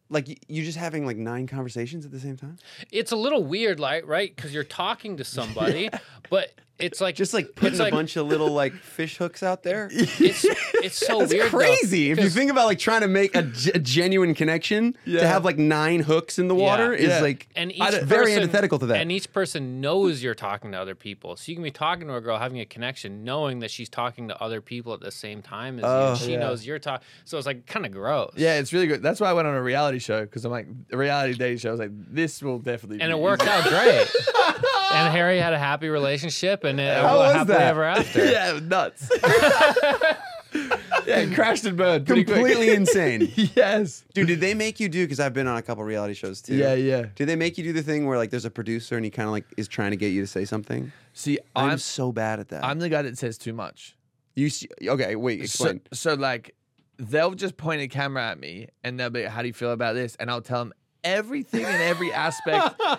A: like y- you just having like nine conversations at the same time.
C: It's a little weird, like, right? Because you're talking to somebody, but it's like.
A: Just like
C: it's
A: putting
C: like-
A: a bunch of little like fish hooks out there.
C: It's, it's so
A: That's
C: weird. though,
A: crazy. if you
C: 'cause-
A: think about like trying to make a, ge- a genuine connection
B: Yeah.
A: to have like nine hooks in the water is
B: Yeah.
A: like
C: and each
A: I don't-
C: person,
A: very antithetical to that.
C: And each person knows you're talking to other people, so you can be talking to a girl, having a connection, knowing that she's talking to other people at the same time as you.
A: Oh.
C: and She
B: Yeah.
C: knows you're talking, so it's like kind of gross.
B: yeah, it's really good. That's why I went on a reality show because I'm like a reality dating show. I was like, this will definitely.
C: and
B: be
C: it worked out great. and Harry had a happy relationship, and it
A: How was
C: was happily
A: that?
C: ever after.
B: easy. yeah, nuts. yeah, it crashed and burned. pretty quick.
A: completely insane.
B: yes.
A: Dude, did they make you do because I've been on a couple reality shows too.
B: Yeah, yeah.
A: Did they make you do the thing where like there's a producer and he kind of like is trying to get you to say something?
B: See,
C: Oh,
A: I'm,
B: I'm
A: so bad at that.
B: I'm the guy that says too much.
A: you s- okay, wait,
B: So,
A: explain.
B: so like they'll just point a camera at me and they'll be like, how do you feel about this? And I'll tell them everything in every aspect in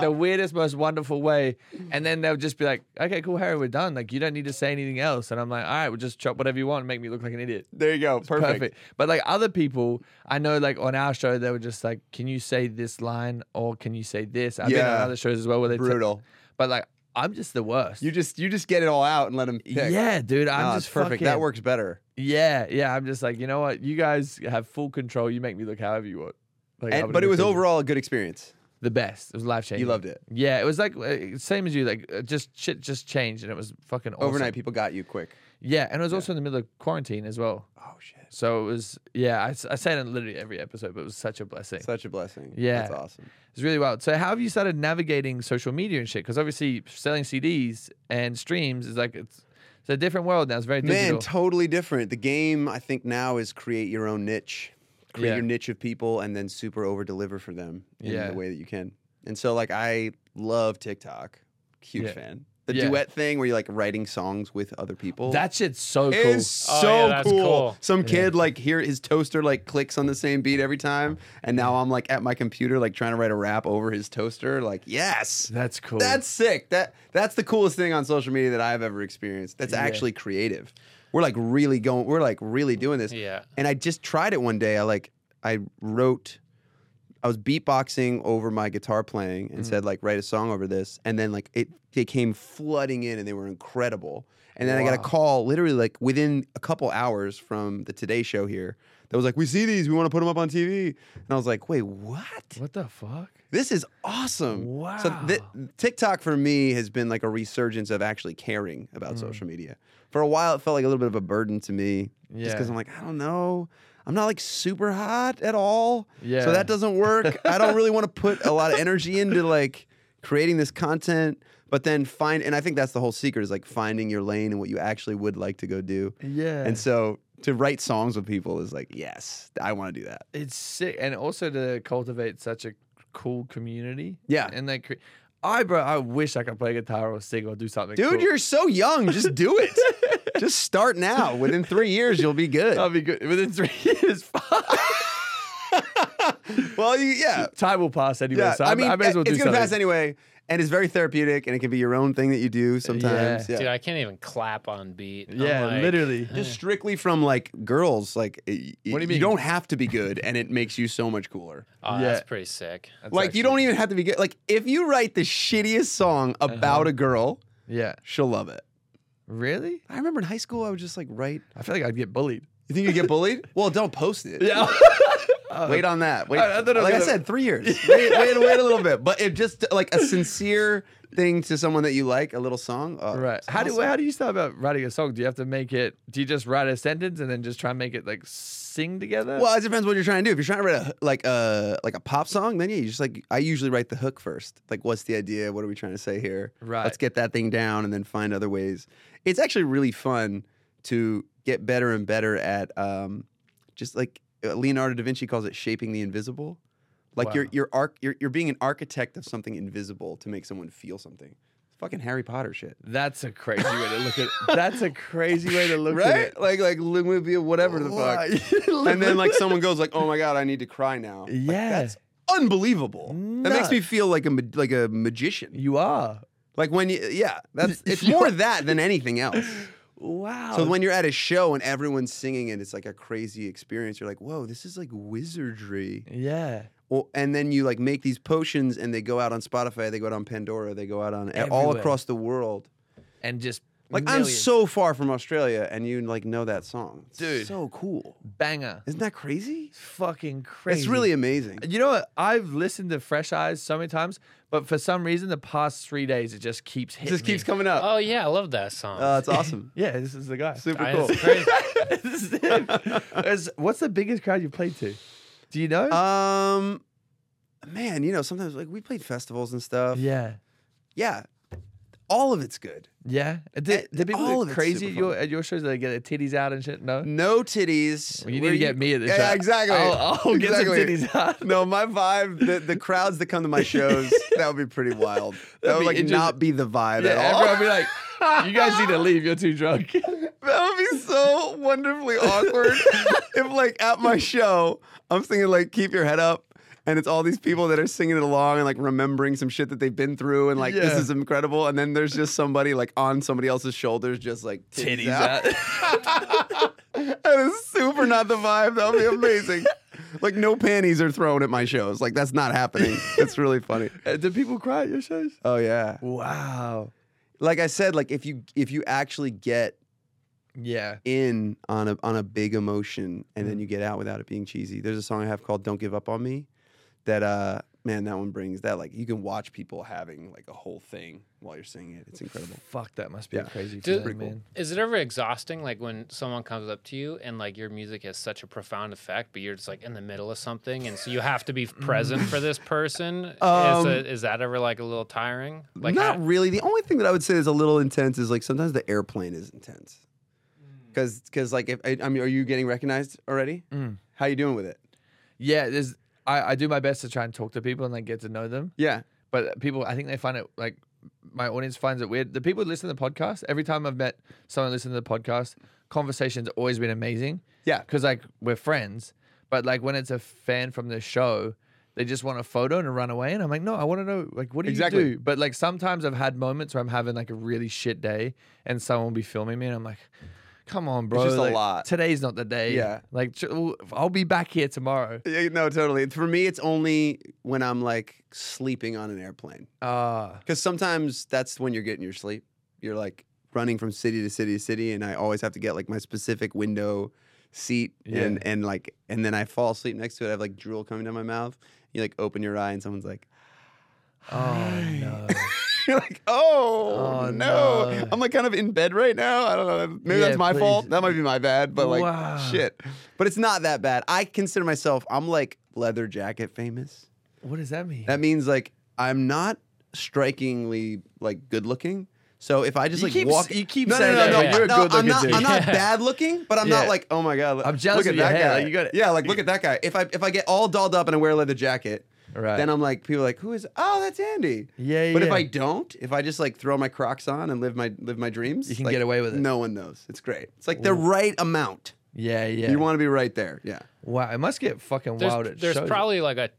B: the weirdest, most wonderful way. And then they'll just be like, okay, cool, Harry, we're done. Like you don't need to say anything else. And I'm like, all right, we'll just chop whatever you want and make me look like an idiot.
A: there you go.
B: Perfect. But like other people, I know like on our show, they were just like, can you say this line or can you say this? I've been on
A: Yeah.
B: other shows as well where they tell-
A: Brutal.
B: but like I'm just the worst.
A: You just you just get it all out and let him pick.
B: yeah, dude, I'm
A: No, it's
B: just
A: perfect.
B: fucking-
A: That works better.
B: Yeah, yeah. I'm just like, you know what? You guys have full control. You make me look however you want. Like, I
A: And,
B: wouldn't
A: but it
B: be
A: was
B: thinking-
A: overall a good experience.
B: the best. It was life changing.
A: You loved it.
B: Yeah, it was like uh, same as you. Like uh, just shit just changed, and it was fucking awesome.
A: Overnight, people got you quick.
B: Yeah, and it was also in the middle of quarantine as well.
A: Oh shit!
B: So it was yeah. I, s- I say it in literally every episode, but it was such a blessing.
A: Such a blessing.
B: Yeah.
A: that's awesome.
B: It's really wild. So how have you started navigating social media and shit? Because obviously selling CDs and streams is like it's, it's a different world now. It's very digital.
A: Man, totally different. The game I think now is create your own niche, create
B: Yeah.
A: your niche of people, and then super over deliver for them in
B: Yeah.
A: the way that you can. And so, like, I love TikTok. Huge
B: Yeah.
A: fan. The
B: Yeah.
A: duet thing where you're like writing songs with other people.
B: that shit's so cool.
A: is
C: Oh,
A: so
C: yeah, that's
A: cool.
C: cool.
A: Some kid like here his toaster like clicks on the same beat every time, and now I'm like at my computer like trying to write a rap over his toaster. Like yes,
B: That's cool.
A: that's sick. That that's the coolest thing on social media that I've ever experienced. That's
B: Yeah.
A: actually creative. We're like really going. We're like really doing this.
C: Yeah.
A: And I just tried it one day. I like I wrote. I was beatboxing over my guitar playing and said like write a song over this and then like it they came flooding in and they were incredible. And then I got a
B: Wow.
A: call literally like within a couple hours from the Today show here that was like we see these we want to put them up on TV and I was like wait what?
B: what the fuck?
A: This is awesome. So th-
B: Wow.
A: TikTok for me has been like a resurgence of actually caring
B: Hmm.
A: about social media. For a while, it felt like a little bit of a burden to me, just
B: Yeah.
A: because I'm like, I don't know. I'm not like super hot at all.
B: Yeah.
A: So that doesn't work. I don't really want to put a lot of energy into like creating this content, but then find, and I think that's the whole secret is like finding your lane and what you actually would like to go do.
B: Yeah.
A: And so to write songs with people is like, yes, I want to do that.
B: it's sick and also to cultivate such a cool community
A: Yeah.
B: and that cre- i bro i wish i could play guitar or sing or do something
A: Dude,
B: cool.
A: you're so young. Just do it. Just start now. Within three years, you'll be good.
B: that'd be good within three years fuck.
A: well, you, yeah.
B: time will pass anyway
A: Yeah.
B: so I,
A: I mean,
B: I may as well
A: it's going
B: do
A: to
B: something
A: pass anyway. And it's very therapeutic, and it can be your own thing that you do sometimes. Yeah.
C: Dude, I can't even clap on beat. I'm
B: yeah
C: like-
B: literally
A: Just strictly from like girls, like what
B: What do you mean?
A: You don't have to be good, and it makes you so much cooler.
C: Oh,
B: Yeah.
C: that's pretty sick.
B: That's
A: like you don't
B: actually-
A: even have to be good. Like if you write the shittiest song
B: Uh-huh.
A: about a girl,
B: yeah
A: she'll love it.
B: really
A: I remember in high school, I would just like write.
B: i feel like i'd get bullied
A: You think you get bullied? well, don't post it.
B: yeah
A: Wait on that. Wait,
B: Uh, I- I thought it was
A: like I
B: gonna-
A: said, three years. Wait, wait, wait a little bit. But it just like a sincere thing to someone that you like, a little song. uh,
B: right
A: it's
B: how do
A: awesome.
B: how do you start about writing a song do you have to make it do you just write a sentence and then just try and make it like sing together
A: Well, it depends what you're trying to do. If you're trying to write a like a like a pop song, then yeah, you just like I usually write the hook first. Like, what's the idea? What are we trying to say here?
B: Right.
A: Let's get that thing down, and then find other ways. It's actually really fun to get better and better at um, just like uh, Leonardo da Vinci calls it shaping the invisible. Like you're
B: Wow.
A: you're arc you're, you're being an architect of something invisible to make someone feel something. It's fucking Harry Potter shit.
B: That's a crazy way to look at. That's a crazy way to look at
A: Right?
B: it.
A: Like like Lumivia, whatever the fuck.
B: fuck?
A: and then like someone goes like, "Oh my god, I need to cry now." Like,
B: Yeah.
A: that's unbelievable. That makes me feel like a ma- like a magician.
B: you are.
A: Like when you yeah, that's it's more that than anything else.
B: Wow.
A: So when you're at a show and everyone's singing and it's like a crazy experience, you're like, "Whoa, this is like wizardry."
B: yeah.
A: Or, and then you like make these potions and they go out on Spotify, they go out on Pandora, they go out on all
B: Everywhere.
A: across the world.
B: And just
A: Like I'm
B: millions.
A: so far from Australia and you like know that song. It's
B: Dude.
A: so cool.
B: banger.
A: Isn't that crazy?
B: Fucking crazy.
A: It's really amazing.
B: You know what? I've listened to Fresh Eyes so many times, but for some reason, the past three days it just keeps
A: It
B: hitting.
A: just keeps
B: me.
A: coming up.
C: Oh yeah, I love that song.
A: Uh, it's awesome.
B: Yeah, this is the guy.
A: Super
C: I-
A: cool.
C: it's crazy.
B: This is him. It's- What's the biggest crowd you've played to? Do you know?
A: Um, man, you know, sometimes like we played festivals and stuff. Yeah,
B: yeah.
A: all of it's good.
B: Yeah.
A: Uh,
B: Did, did people
A: all
B: all
A: of it's super
B: crazy at your,
A: fun.
B: at your shows? Did they get their titties out and shit? No.
A: No titties.
B: Well, you need
A: Where
B: to get me at the
A: yeah,
B: show.
A: exactly.
B: I'll, I'll get some
A: Exactly.
B: titties out.
A: No, my vibe, the, the crowds that come to my shows, that would be pretty wild. That would
B: be
A: like not
B: interesting.
A: be the vibe at
B: Yeah,
A: all.
B: everyone be like, you guys need to leave. You're too drunk.
A: That would be so wonderfully awkward if, like, at my show, I'm singing, like, Keep Your Head Up, and it's all these people that are singing it along and, like, remembering some shit that they've been through, and, like, this
B: Yeah.
A: is incredible. And then there's just somebody, like, on somebody else's shoulders, just, like, titties,
B: titties
A: out.
B: out.
A: That is super not the vibe. That would be amazing. like, no panties are thrown at my shows. Like, that's not happening. It's really funny.
B: Uh, Do people cry at your shows?
A: Oh, yeah.
B: Wow.
A: Like I said, like, if you if you actually get
B: Yeah.
A: in on a on a big emotion and
C: Mm.
A: then you get out without it being cheesy. There's a song I have called "Don't Give Up on Me," that uh man that one brings that like you can watch people having like a whole thing while you're singing it. It's incredible.
B: Fuck, that must be a
A: Yeah.
B: crazy
C: Dude,
B: feeling,
A: Pretty cool.
B: man.
C: Is it ever exhausting, like when someone comes up to you and like your music has such a profound effect, but you're just like in the middle of something, and so you have to be present for this person?
A: Mm. Um,
C: is, it- is that ever like a little tiring? Like
A: Not
C: how-
A: really. The only thing that I would say is a little intense is like sometimes the airplane is intense.
C: Mm.
A: Cause, cause like if I, I mean, are you getting recognized already?
C: Mm.
A: How you doing with it?
B: Yeah, there's. I, I do my best to try and talk to people and like get to know them,
A: Yeah.
B: but people, I think they find it like my audience finds it weird. The people who listen to the podcast, every time I've met someone listening to the podcast, conversation's always been amazing.
A: Yeah.
B: because like we're friends, but like when it's a fan from the show, they just want a photo and run away. And I'm like, no, I want to know like what do
A: Exactly.
B: you do? But like sometimes I've had moments where I'm having like a really shit day, and someone will be filming me, and I'm like, come on, bro,
A: just a
B: like,
A: lot.
B: Today's not the day.
A: Yeah.
B: like ch- I'll be back here tomorrow.
A: Yeah, No, totally. For me, it's only when I'm like sleeping on an airplane.
B: Ah,
A: Because sometimes that's when you're getting your sleep. You're like running from city to city to city, and I always have to get like my specific window seat,
B: Yeah.
A: and and like, and then I fall asleep next to it. I have like drool coming down my mouth. You like open your eye, and someone's like,
B: oh no.
A: you're like, oh, no.
B: Oh, no.
A: I'm like kind of in bed right now. I don't know. Maybe
B: Yeah,
A: that's my
B: please.
A: fault. That might be my bad, but like,
B: Wow.
A: shit. But it's not that bad. I consider myself. I'm like leather jacket famous.
B: What does that mean?
A: That means like I'm not strikingly like good looking. So if I just
B: You
A: like
B: keep-
A: walk,
B: you keep
A: no,
B: saying
A: no, no,
B: that,
A: no,
C: but you're a
A: no, I'm
B: good-looking
A: not, I'm
B: dude.
A: not
C: Yeah.
A: bad looking, but I'm not
B: Yeah.
A: like, oh my god,
B: I'm jealous
A: look at
B: of your
A: that
B: hair,
A: guy.
B: like, you got it.
A: Yeah, like look at that guy. If I if I get all dolled up and I wear a leather jacket,
B: Right.
A: then I'm like, people are like, who is? Oh, that's Andy.
B: Yeah,
A: But if
B: yeah.
A: I don't, if I just like throw my Crocs on and live my live my dreams,
B: You can
A: like,
B: get away with it.
A: No one knows. It's great. It's like the right amount.
B: yeah, yeah.
A: You want to be right there. Yeah.
B: wow, it must get fucking
C: there's,
B: wild. At
C: there's
B: shows.
C: probably like a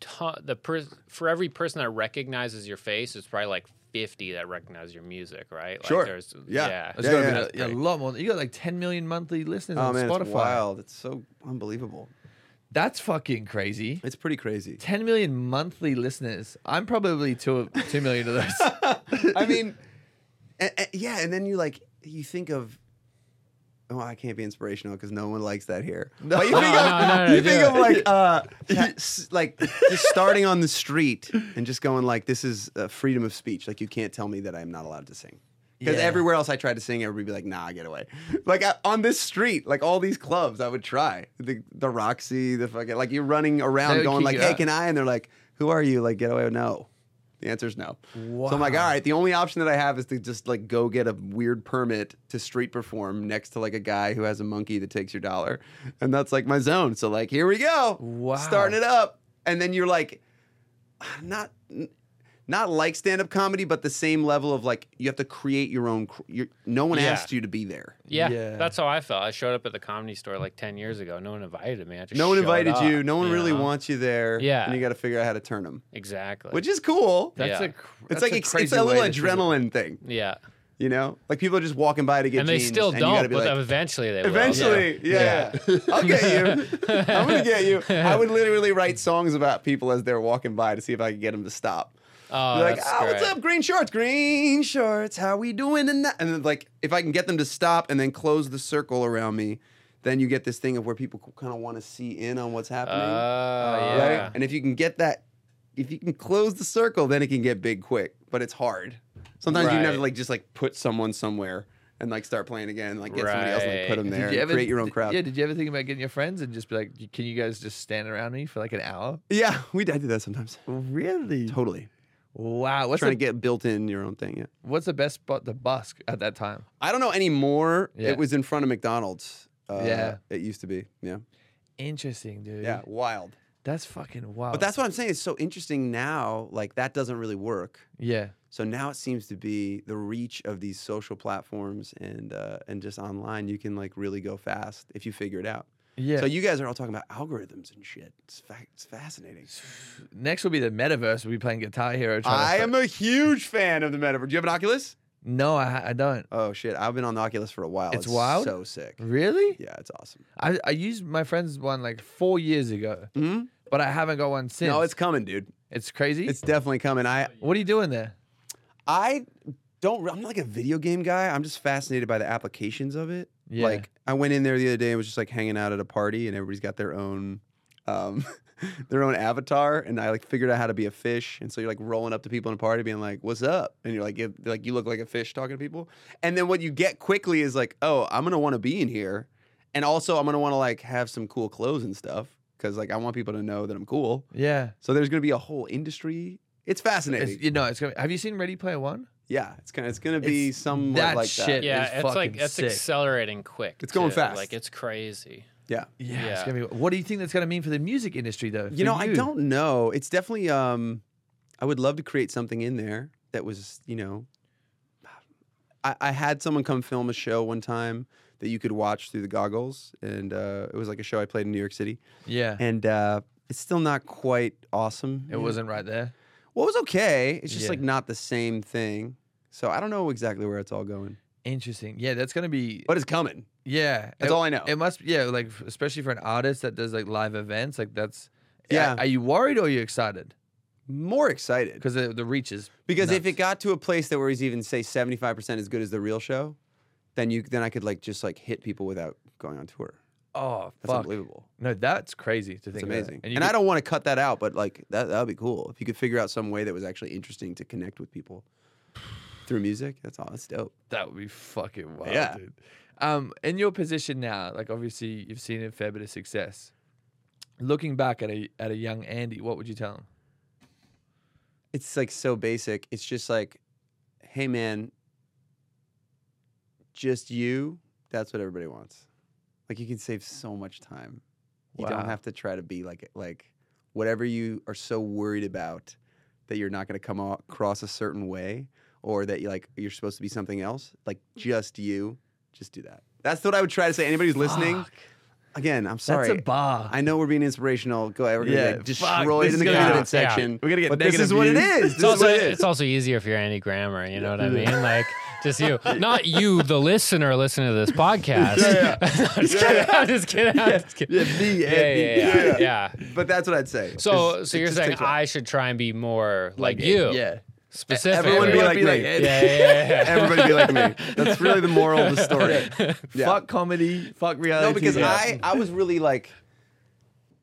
C: ton, the per, for every person that recognizes your face, it's probably like 50 that recognize your music, right? Like
A: Sure.
C: There's,
A: Yeah.
B: There's
A: Yeah,
B: gotta
A: yeah,
B: be
A: yeah.
B: a, a
A: Great.
B: lot more. You got like 10 million monthly listeners
A: Oh
B: on
A: man,
B: Spotify.
A: it's wild. It's so unbelievable.
B: That's fucking crazy.
A: It's pretty crazy.
B: 10 million monthly listeners. I'm probably two of- 2 million of those.
A: I mean, a- a- yeah, and then you like you think of. Oh, I can't be inspirational because no one likes that here. But you
C: No,
A: think
C: no, no,
A: of,
C: no,
A: you
C: do
A: think
C: it.
A: of like, uh, ca- s- like just starting on the street and just going like, "This is uh, freedom of speech. Like, you can't tell me that I'm not allowed to sing." Because
B: Yeah.
A: everywhere else I tried to sing, everybody would be like, "Nah, get away." Like I, on this street, like all these clubs, I would try the the Roxy, the fucking like you're running
B: They
A: around
B: would
A: going
B: kick
A: like,
B: you
A: "Hey,
B: out.
A: can I?" And they're like, "Who are you?" Like, get away. No, the answer is no. So I'm like,
B: Wow.
A: all right, the only option that I have is to just like go get a weird permit to street perform next to like a guy who has a monkey that takes your dollar. And that's like my zone. So like, here we go.
B: Wow.
A: Starting it up. And then you're like, not not like stand up comedy, but the same level of like you have to create your own. cr- Your, no one
C: Yeah.
A: asked you to be there.
C: Yeah,
B: Yeah.
C: that's how I felt. I showed up at the comedy store like ten years ago. No one invited me. I just
A: No one
C: showed
A: invited
C: up,
A: you. No one really
C: know?
A: wants you there.
C: Yeah.
A: and you got to figure out how to turn them,
C: Exactly.
A: which is cool.
B: That's
C: Yeah.
B: a. cr-
A: it's
B: that's
A: like
B: a
A: it's, it's
B: crazy
A: a
B: way
A: little
B: to think about it.
A: adrenaline thing,
C: yeah,
A: you know. Like people are just walking by to get
C: and they
A: jeans,
C: still
A: and you gotta
C: don't,
A: be
C: but
A: like,
C: eventually they will.
A: Eventually, yeah, I'll get you. I'm gonna get you. I would literally write songs about people as they're walking by to see if I could get them to stop.
C: Oh,
A: Be like,
C: that's
A: oh, what's
C: great.
A: up, green shorts, green shorts? How we doing tonight? And then, like, if I can get them to stop and then close the circle around me, then you get this thing of where people kind of want to see in on what's
C: Oh,
A: happening, right?
C: yeah.
A: And if you can get that, if you can close the circle, then it can get big quick. But it's hard. Sometimes you can have to
C: Right.
A: like just like put someone somewhere and like start playing again, and, like get somebody else and like, put them
C: Right.
A: there,
B: Did you
A: and
B: ever-
A: create your own
B: did-
A: crowd.
B: Yeah, did you ever think about getting your friends and just be like, "Y- can you guys just stand around me for like an hour?
A: Yeah, we I do that sometimes.
B: Really?
A: Totally.
B: Wow. What's
A: Trying
B: the,
A: to get built in your own thing. Yeah.
B: what's the best spot to busk at that time?
A: I don't know anymore.
B: Yeah.
A: It was in front of McDonald's. Uh,
B: Yeah.
A: It used to be. Yeah.
B: Interesting, dude.
A: Yeah. Wild.
B: That's fucking wild.
A: But that's what I'm saying. It's so interesting now. Like that doesn't really work.
B: yeah.
A: So now it seems to be the reach of these social platforms and uh, and just online. You can like really go fast if you figure it out.
B: Yeah.
A: So you guys are all talking about algorithms and shit. It's, fa- it's fascinating.
B: Next will be the metaverse. We'll be playing Guitar Hero. trying to
A: I
B: fi-
A: am a huge fan of the metaverse. Do you have an Oculus?
B: No, I, ha- I don't.
A: Oh shit! I've been on the Oculus for a while.
B: It's wild? Mm-hmm.
A: So sick.
B: Really?
A: Yeah, it's awesome.
B: I, I used my friend's one like four years ago,
A: Mhm.
B: but I haven't got one since.
A: No, it's coming, dude.
B: it's crazy.
A: It's definitely coming. I
B: what are you doing there?
A: I don't. re- I'm not like a video game guy. I'm just fascinated by the applications of it.
B: Yeah.
A: Like I went in there the other day and was just like hanging out at a party, and everybody's got their own. Um, their own avatar, and I like figured out how to be a fish, and so you're like rolling up to people in a party, being like, "What's up?" And you're like, give, they're like you look like a fish talking to people, and then what you get quickly is like, "Oh, I'm gonna want to be in here, and also I'm gonna want to like have some cool clothes and stuff, because like I want people to know that I'm cool."
B: Yeah.
A: So there's gonna be a whole industry. It's
B: It's-
A: fascinating.
B: you know, it's gonna. Have you seen Ready Player One?
A: Yeah, it's gonna it's gonna be
B: It's
A: somewhat
B: that
A: like
B: shit.
A: that.
C: Yeah,
B: It's
C: it's, like
B: fucking
C: it's
B: sick.
C: accelerating quick.
A: It's going
C: too.
A: fast.
C: Like it's crazy.
A: Yeah.
B: Yeah. It's
C: Yeah.
B: gonna be, what do you think that's gonna mean for the music industry, though?
A: You
B: for
A: know, I don't know. It's definitely um I would love to create something in there that was, you know I, I had someone come film a show one time that you could watch through the goggles and uh, it was like a show I played in New York City.
B: Yeah.
A: And uh, it's still not quite awesome.
B: It wasn't right there.
A: Well it was okay. It's just
B: Yeah.
A: like not the same thing. So I don't know exactly where it's all going.
B: Interesting. Yeah, that's gonna be.
A: But it's coming.
B: Yeah.
A: That's
B: it,
A: all I know.
B: It must. Yeah, like f- especially for an artist that does like live events, like that's. a-
A: Yeah.
B: Are you worried or are you excited?
A: More excited.
B: Because the, the reach is.
A: Because if
B: nuts.
A: it got to a place that where he's even say seventy five percent as good as the real show, then you then I could like just like hit people without going on tour.
B: Oh
A: That's
B: fuck.
A: unbelievable.
B: No, that's crazy to
A: It's
B: think. about.
A: amazing. And,
B: you
A: I
B: could-
A: don't want to cut that out, but like that that'd be cool if you could figure out some way that was actually interesting to connect with people through music. That's all. That's dope.
B: That would be fucking wild,
A: Yeah.
B: dude. Um, in your position now, like obviously you've seen a fair bit of success. Looking back at a at a young Andy, what would you tell him?
A: It's like so basic. It's just like, hey man, just you. That's what everybody wants. Like you can save so much time. You
B: Wow.
A: don't have to try to be like like whatever you are so worried about that you're not going to come o- across a certain way or that you like you're supposed to be something else. Like just you, just do that. That's what I would try to say. Anybody who's listening,
B: Fuck,
A: again, I'm
B: that's
A: sorry.
B: a bar.
A: I know we're being inspirational. Go, we're gonna
B: Yeah,
A: get
B: fuck,
A: destroyed in
B: this is
A: the
B: gonna
C: be-
A: comment
C: yeah.
A: section.
B: We're gonna get
A: but this
B: negative
A: is what it
B: views.
A: is. This
C: It's
A: is
C: also
A: what it
C: it's
A: is.
C: also easier if you're anti grammar. You know what I mean? Like just you, not you, the listener, listening to this podcast.
A: Yeah,
C: I'm just kidding. I'm just kidding. I'm just kidding.
A: Yeah, me,
C: Yeah, yeah,
A: Andy.
C: yeah,
A: Yeah.
C: yeah.
A: But that's what I'd say.
C: So,
A: It's-
C: so
A: it
C: you're
A: just
C: saying
A: takes a while.
C: I should try and be more like you,
B: Yeah.
C: specific.
A: Everyone be
B: Everyone
A: like me.
B: Andy.
C: yeah, yeah, yeah, yeah.
A: Everybody be like me. That's really the moral of the story. Yeah.
B: Fuck comedy. Fuck reality.
A: No, because
B: TV.
A: I, I was really like,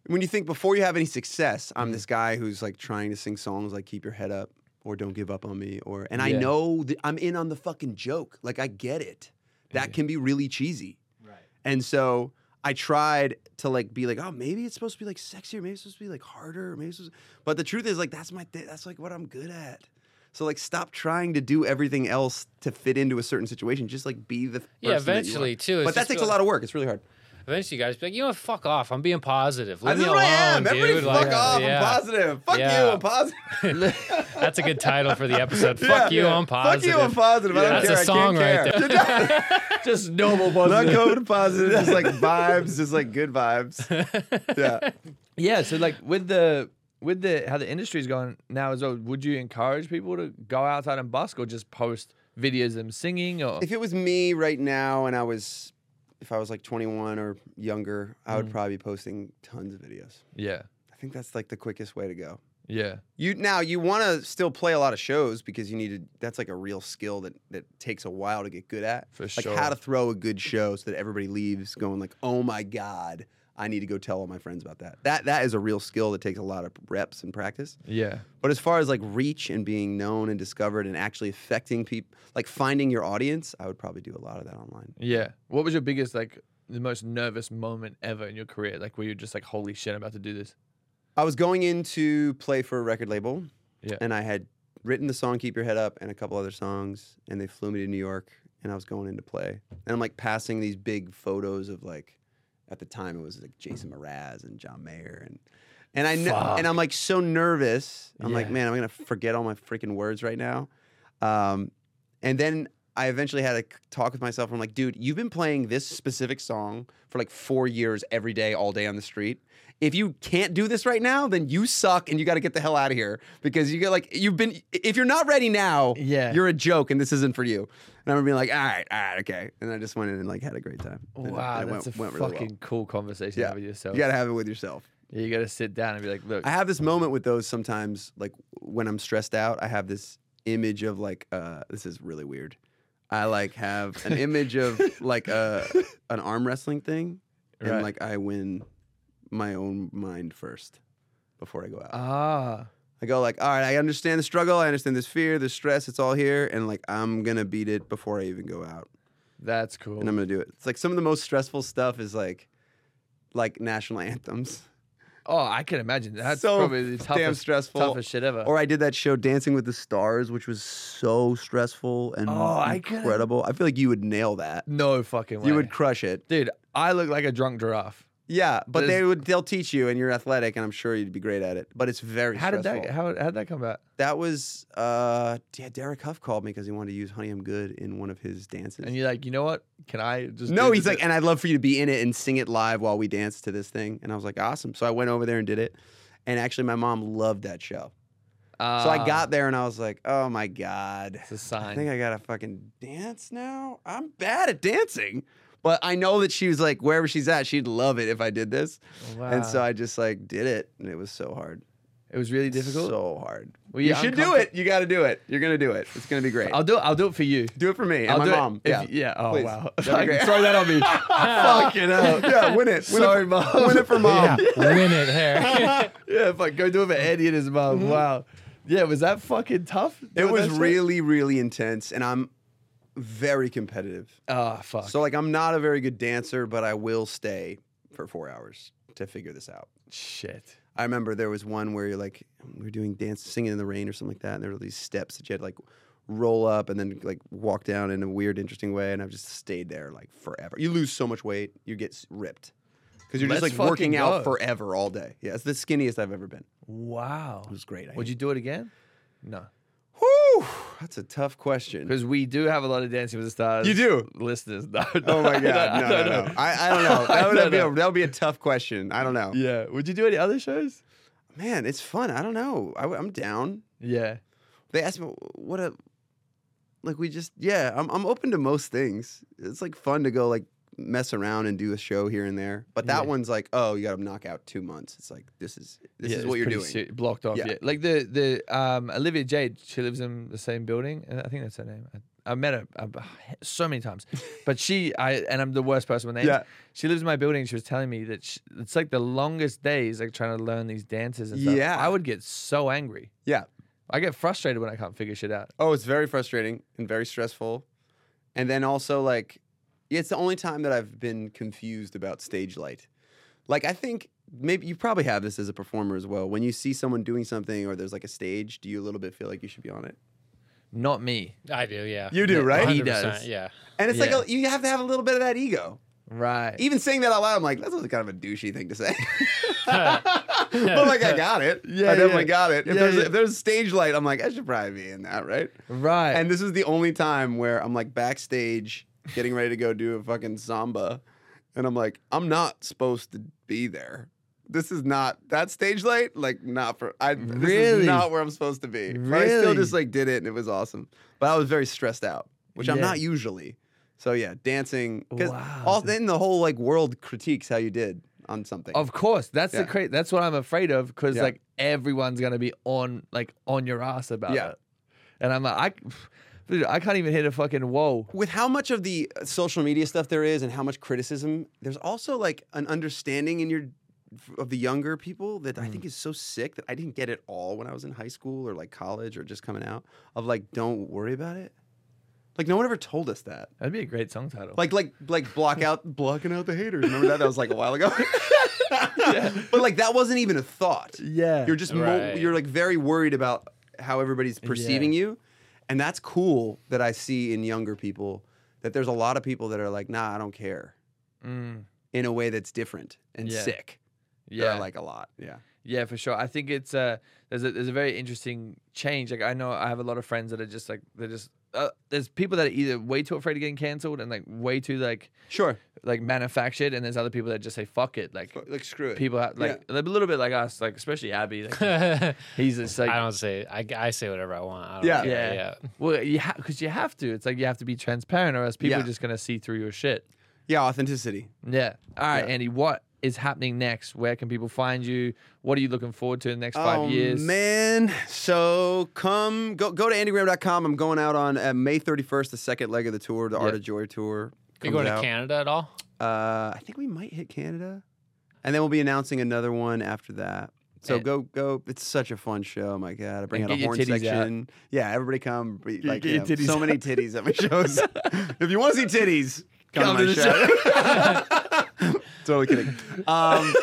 A: when you think before you have any success, I'm this guy who's like trying to sing songs like "Keep Your Head Up" or "Don't Give Up on Me" or, and I
B: Yeah.
A: know that I'm in on the fucking joke. Like I get it. That can be really cheesy.
C: Right.
A: And so I tried to like be like, oh, maybe it's supposed to be like sexier, maybe it's supposed to be like harder, or maybe it's supposed to... but the truth is like that's my thi- that's like what I'm good at. So like stop trying to do everything else to fit into a certain situation. Just like be the
C: Yeah,
A: person that you
C: eventually,
A: are.
C: too, it's
A: But that
C: just
A: takes
C: feel-
A: a lot of work. It's really hard.
C: Eventually, you guys be like, you know, what? fuck off. I'm being positive. Leave
A: This
C: me
A: is
C: alone,
A: what I am.
C: dude.
A: Everybody
C: Like,
A: fuck off.
C: yeah.
A: I'm positive. Fuck
C: Yeah.
A: you. I'm positive.
C: That's a good title for the episode. Fuck you on positive.
A: Fuck you on positive. I don't
C: That's
A: care.
C: a song
A: I can't
C: right
A: care.
C: there.
B: Just normal
A: Not
B: positive.
A: COVID positive, just like vibes, just like good vibes. Yeah.
B: Yeah, so like with the with the how the industry's going now as well, would you encourage people to go outside and busk or just post videos of them singing or
A: If it was me right now and I was, if I was like 21 or younger, I
B: Mm.
A: would probably be posting tons of videos.
B: yeah.
A: I think that's like the quickest way to go.
B: Yeah.
A: You now you want to still play a lot of shows because you need to. That's like a real skill that that takes a while to get good at.
B: For
A: like
B: sure.
A: how to throw a good show so that everybody leaves going like, oh my god, I need to go tell all my friends about that. That that is a real skill that takes a lot of reps and practice.
B: Yeah.
A: But as far as like reach and being known and discovered and actually affecting people, like finding your audience, I would probably do a lot of that online.
B: Yeah. What was your biggest like the most nervous moment ever in your career? Like where you're just like, holy shit, I'm about to do this.
A: I was going in to play for a record label,
B: Yeah.
A: and I had written the song "Keep Your Head Up" and a couple other songs, and they flew me to New York, and I was going in to play, and I'm like passing these big photos of like, at the time it was like Jason Mraz and John Mayer, and and I kn-
B: Fuck.
A: and I'm like so nervous, I'm like
B: Yeah.
A: man, I'm gonna forget all my freaking words right now, um, and then. I eventually had a c- talk with myself. I'm like, dude, you've been playing this specific song for like four years, every day, all day on the street if you can't do this right now, then you suck and you got to get the hell out of here because you get like you've been. If you're not ready now,
B: Yeah.
A: you're a joke and this isn't for you. And I remember being like, all right, all right, okay. And I just went in and like had a great time. And it-
B: Wow,
A: and it
B: that's
A: went-
B: a
A: went really well.
B: fucking cool conversation to
A: Yeah.
B: have with yourself.
A: You got to have it with yourself.
B: Yeah, you gotta sit down and be like, look,
A: I have this moment with those sometimes, like when I'm stressed out, I have this image of like uh this is really weird. I like have an image of like a an arm wrestling thing and
B: Right.
A: like I win my own mind first before I go out.
B: ah,
A: I go like, all right, I understand the struggle, I understand this fear, this stress, it's all here, and like I'm gonna beat it before I even go out,
B: that's cool.
A: and I'm gonna do it. It's like some of the most stressful stuff is like, like national anthems.
B: oh, I can imagine. That's
A: So
B: probably the
A: damn
B: toughest,
A: stressful.
B: toughest shit ever.
A: Or I did that show Dancing with the Stars, which was so stressful and
B: Oh, I couldn't-
A: incredible. I feel like you would nail that.
B: no fucking way.
A: You would crush it.
B: Dude, I look like a drunk giraffe.
A: Yeah, but
B: There's-
A: they would they'll teach you, and you're athletic, and I'm sure you'd be great at it. But it's very
B: How did
A: stressful.
B: that? How how'd that come about?
A: That was uh, yeah. Derek Huff called me because he wanted to use "Honey I'm Good" in one of his dances.
B: And you're like, you know what? Can I just?
A: No,
B: do
A: he's
B: this?"
A: like, and I'd love for you to be in it and sing it live while we dance to this thing. And I was like, awesome. So I went over there and did it. And actually, my mom loved that show. so I
B: Ah,
A: got there and I was like, oh my God.
B: It's a
A: I
B: sign.
A: think I gotta fucking dance now. I'm bad at dancing. But I know that she was like, wherever she's at, she'd love it if I did this.
B: wow.
A: And so I just like did it. And it was so hard.
B: it was really difficult.
A: So hard.
B: Were
A: you
B: you
A: should do
B: uncomfortable?
A: it. You gotta do it. You're gonna do it. It's gonna be great.
B: I'll do it. I'll do it for you.
A: do it for me and
B: I'll
A: my
B: do it
A: mom.
B: if-
A: yeah.
B: yeah. Oh
A: Please.
B: wow.
A: That'd be great.
B: Throw that on me. fucking hell.
A: yeah, win it. Win
B: Sorry,
A: it,
B: Mom.
A: Win it for mom.
C: Win it there.
B: Yeah, fuck. Go do it for Eddie and his mom. Wow. Yeah, was that fucking tough?
A: It
B: doing
A: was
B: that shit?
A: really, really intense, and I'm very competitive.
B: Oh fuck.
A: So like, I'm not a very good dancer, but I will stay for four hours to figure this out.
B: Shit.
A: I remember there was one where you're like, we were doing dance, singing in the rain or something like that, and there were these steps that you had to, like roll up and then like walk down in a weird, interesting way, and I've just stayed there like forever. You lose so much weight, you get s- ripped. Because you're
B: Let's
A: just like working
B: fucking
A: out
B: go.
A: forever all day. Yeah, it's the skinniest I've ever been.
B: Wow.
A: It was great. I
B: Would you do it again? No,
A: Whew, that's a tough question.
B: because we do have a lot of Dancing with the Stars.
A: You do?
B: listeners. No,
A: Oh
B: I
A: my
B: don't- I
A: god! No, no,
B: don't
A: no.
B: know.
A: I, I don't know.
B: I
A: That would
B: don't
A: be
B: know.
A: a, that would be a tough question. I don't know.
B: Yeah. Would you do any other shows?
A: Man, it's fun. I don't know. I, am down.
B: Yeah.
A: They asked me what a like. We just yeah. I'm I'm open to most things. It's like fun to go like mess around and do a show here and there. But that
B: Yeah.
A: one's like oh you got to knock out two months. It's like this is this
B: Yeah,
A: is
B: it's
A: what you're
B: pretty
A: doing.
B: ser- blocked off. Yeah.
A: Yeah.
B: Like the the um Olivia Jade, she lives in the same building. and I think that's her name. I, I met her uh, b- so many times, but she I and I'm the worst person with names.
A: Yeah.
B: She lives in my building. She was telling me that she, it's like the longest days, like trying to learn these dances and stuff.
A: Yeah.
B: I would get so angry.
A: Yeah.
B: I get frustrated when I can't figure shit out.
A: Oh, it's very frustrating and very stressful. And then also like it's the only time that I've been confused about stage light. Like I think maybe you probably have this as a performer as well. When you see someone doing something or there's like a stage, do you a little bit feel like you should be on it?
B: Not me.
C: I do, yeah.
A: You do, right?
B: He
C: 100%,
B: does.
C: Yeah.
A: And it's
B: Yeah.
A: like a, you have to have a little bit of that ego.
B: Right.
A: E- Even saying that out loud, I'm like, that's kind of a douchey thing to say. but like I got it.
B: Yeah,
A: I definitely
B: yeah.
A: got it. If,
B: Yeah,
A: there's,
B: yeah.
A: if there's stage light, I'm like, I should probably be in that, right?
B: Right.
A: And this is the only time where I'm like backstage getting ready to go do a fucking samba. And I'm like, I'm not supposed to be there. This is not that stage light, like not for I this
B: Really?
A: is not where I'm supposed to be. But I still
B: Really?
A: just like did it and it was awesome. But I was very stressed out, which I'm
B: Yeah.
A: not usually. So yeah, dancing because
B: Wow,
A: all
B: dude.
A: then the whole like world critiques how you did on something.
B: Of course, that's the
A: Yeah.
B: cra- that's what I'm afraid of because
A: Yeah.
B: like everyone's gonna be on like on your ass about
A: Yeah.
B: it, and I'm like I, dude, I can't even hit a fucking whoa.
A: with how much of the uh, social media stuff there is and how much criticism there's also like an understanding in your of the younger people that I think is so sick that I didn't get it all when I was in high school or like college or just coming out of like don't worry about it. Like no one ever told us that.
B: That'd be a great song title.
A: Like like like block out blocking out the haters. Remember that? That was like a while ago. But like that wasn't even a thought.
B: yeah,
A: You're just mo-
C: Right.
A: you're like very worried about how everybody's perceiving you, and that's cool that I see in younger people that there's a lot of people that are like, nah, I don't care,
B: Mm,
A: in a way that's different and
B: Yeah.
A: sick. There
B: yeah,
A: are, like a lot. Yeah,
B: Yeah, for sure. I think it's uh there's a there's a very interesting change. Like I know I have a lot of friends that are just like they're just uh, there's people that are either way too afraid of getting cancelled and like way too like
A: sure.
B: like manufactured, and there's other people that just say fuck it. Like
A: Like screw it.
B: people ha- like a little bit like us, like especially Abby. Like,
C: I
B: he's just like
C: don't say. I, I say whatever I want. I don't
A: Yeah.
C: care,
B: Yeah. well, you because you have to. It's like you have to be transparent, or else people
A: Yeah.
B: are just gonna see through your shit.
A: yeah, authenticity.
B: Yeah. All right,
A: Yeah.
B: Andy. What is happening next? Where can people find you? What are you looking forward to in the next five
A: oh,
B: years?
A: man. So come go go to andygram.com. I'm going out on uh, May 31st, the second leg of the tour, the Art
B: Yeah.
A: of Joy tour.
C: You
A: comes
C: going to
A: out.
C: Canada at all?
A: Uh, I think we might hit Canada, and then we'll be announcing another one after that. So
B: And-
A: go go! It's such a fun show. My God, I bring
B: And
A: out a
B: get your
A: horn
B: titties out.
A: section. Yeah, everybody come. Be- Like,
B: get
A: you
B: your
A: know,
B: titties
A: so many titties at my shows. if you want to see titties, come, to, my
B: Come to the
A: show. totally kidding. Um,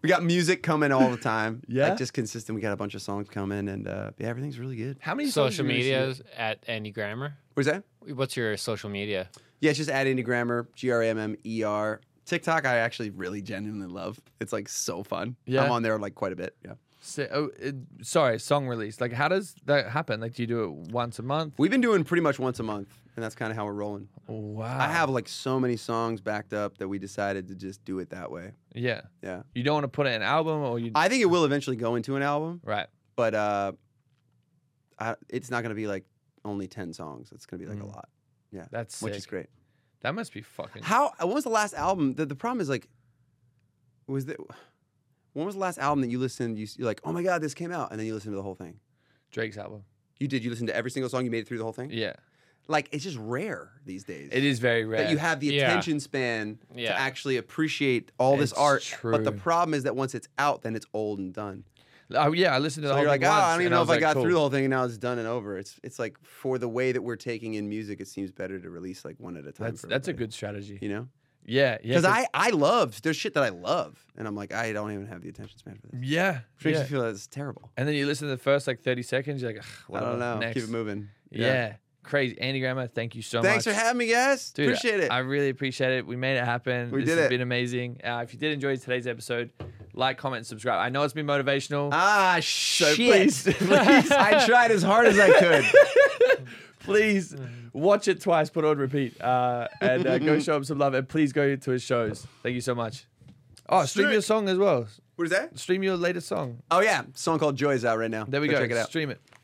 A: we got music coming all the time.
B: Yeah?
A: like, just consistent. We got a bunch of songs coming, and uh, yeah, everything's really good.
B: How many songs
C: Social
B: have you released?
C: media at Andy Grammer.
A: What's that?
C: What's your social media?
A: Yeah, it's just at Indie Grammar, G R A M M E R. TikTok, I actually really genuinely love. It's like so fun.
B: Yeah.
A: I'm on there like quite a bit. Yeah.
B: So, oh, it, sorry, song release. Like, how does that happen? Like, do you do it once a month?
A: We've been doing pretty much once a month, and that's kind of how we're rolling.
B: Wow.
A: I have like so many songs backed up that we decided to just do it that way.
B: Yeah.
A: Yeah.
B: You don't want to put it in an album, or you.
A: I think it will eventually go into an album,
B: right.
A: but uh I, it's not going to be like only 10 songs. It's going to be like a
B: Mm.
A: lot,
B: That's sick.
A: which is great.
B: That must be fucking.
A: How when was the last album? The, the problem is like, was that when was the last album that you listened? You, you're like, oh my god, this came out, and then you listen to the whole thing.
B: Drake's album.
A: You did. You listened to every single song. You made it through the whole thing.
B: Yeah.
A: Like it's just rare these days.
B: It is very rare.
A: that you have the
C: Yeah.
A: attention span
C: Yeah.
A: to actually appreciate all this
B: It's
A: art. But the
B: true.
A: problem is that once it's out, then it's old and done.
B: Oh, yeah, I listened to the
A: So
B: whole
A: you're like,
B: thing
A: oh,
B: once,
A: I don't even
B: and
A: know
B: was
A: if I
B: like,
A: got
B: cool.
A: through the whole thing, and now it's done and over. It's it's like for the way that we're taking in music, it seems better to release like one at a time.
B: That's
A: for
B: that's a
A: everybody,
B: good strategy.
A: you know.
B: Yeah. Yeah.
A: Because I, I love, there's shit that I love. And I'm like, I don't even have the attention span for this.
B: Yeah.
A: Which makes
B: yeah.
A: me feel that's terrible.
B: And then you listen to the first like 30 seconds, you're like, "Ugh,
A: I
B: whatever,
A: don't know.
B: Next.
A: Keep it moving.
B: Yeah. Crazy. Andy Grammer, thank you so
A: Thanks
B: much.
A: for having me, guys.
B: Dude,
A: Appreciate it.
B: I really appreciate it. We made it happen.
A: We
B: this
A: did
B: has
A: it.
B: been amazing. Uh, if you did enjoy today's episode, like, comment, and subscribe. I know it's been motivational.
A: ah, shit.
B: please- please-
A: I tried as hard as I could.
B: please watch it twice, put it on repeat, uh, and uh, go show him some love. And please go to his shows. Thank you so much. Oh, stream
A: Stream-
B: your song as well.
A: What is that?
B: Stream your latest song.
A: Oh, yeah. Song called Joy's out right now.
B: There we go.
A: Check it out.
B: Stream it.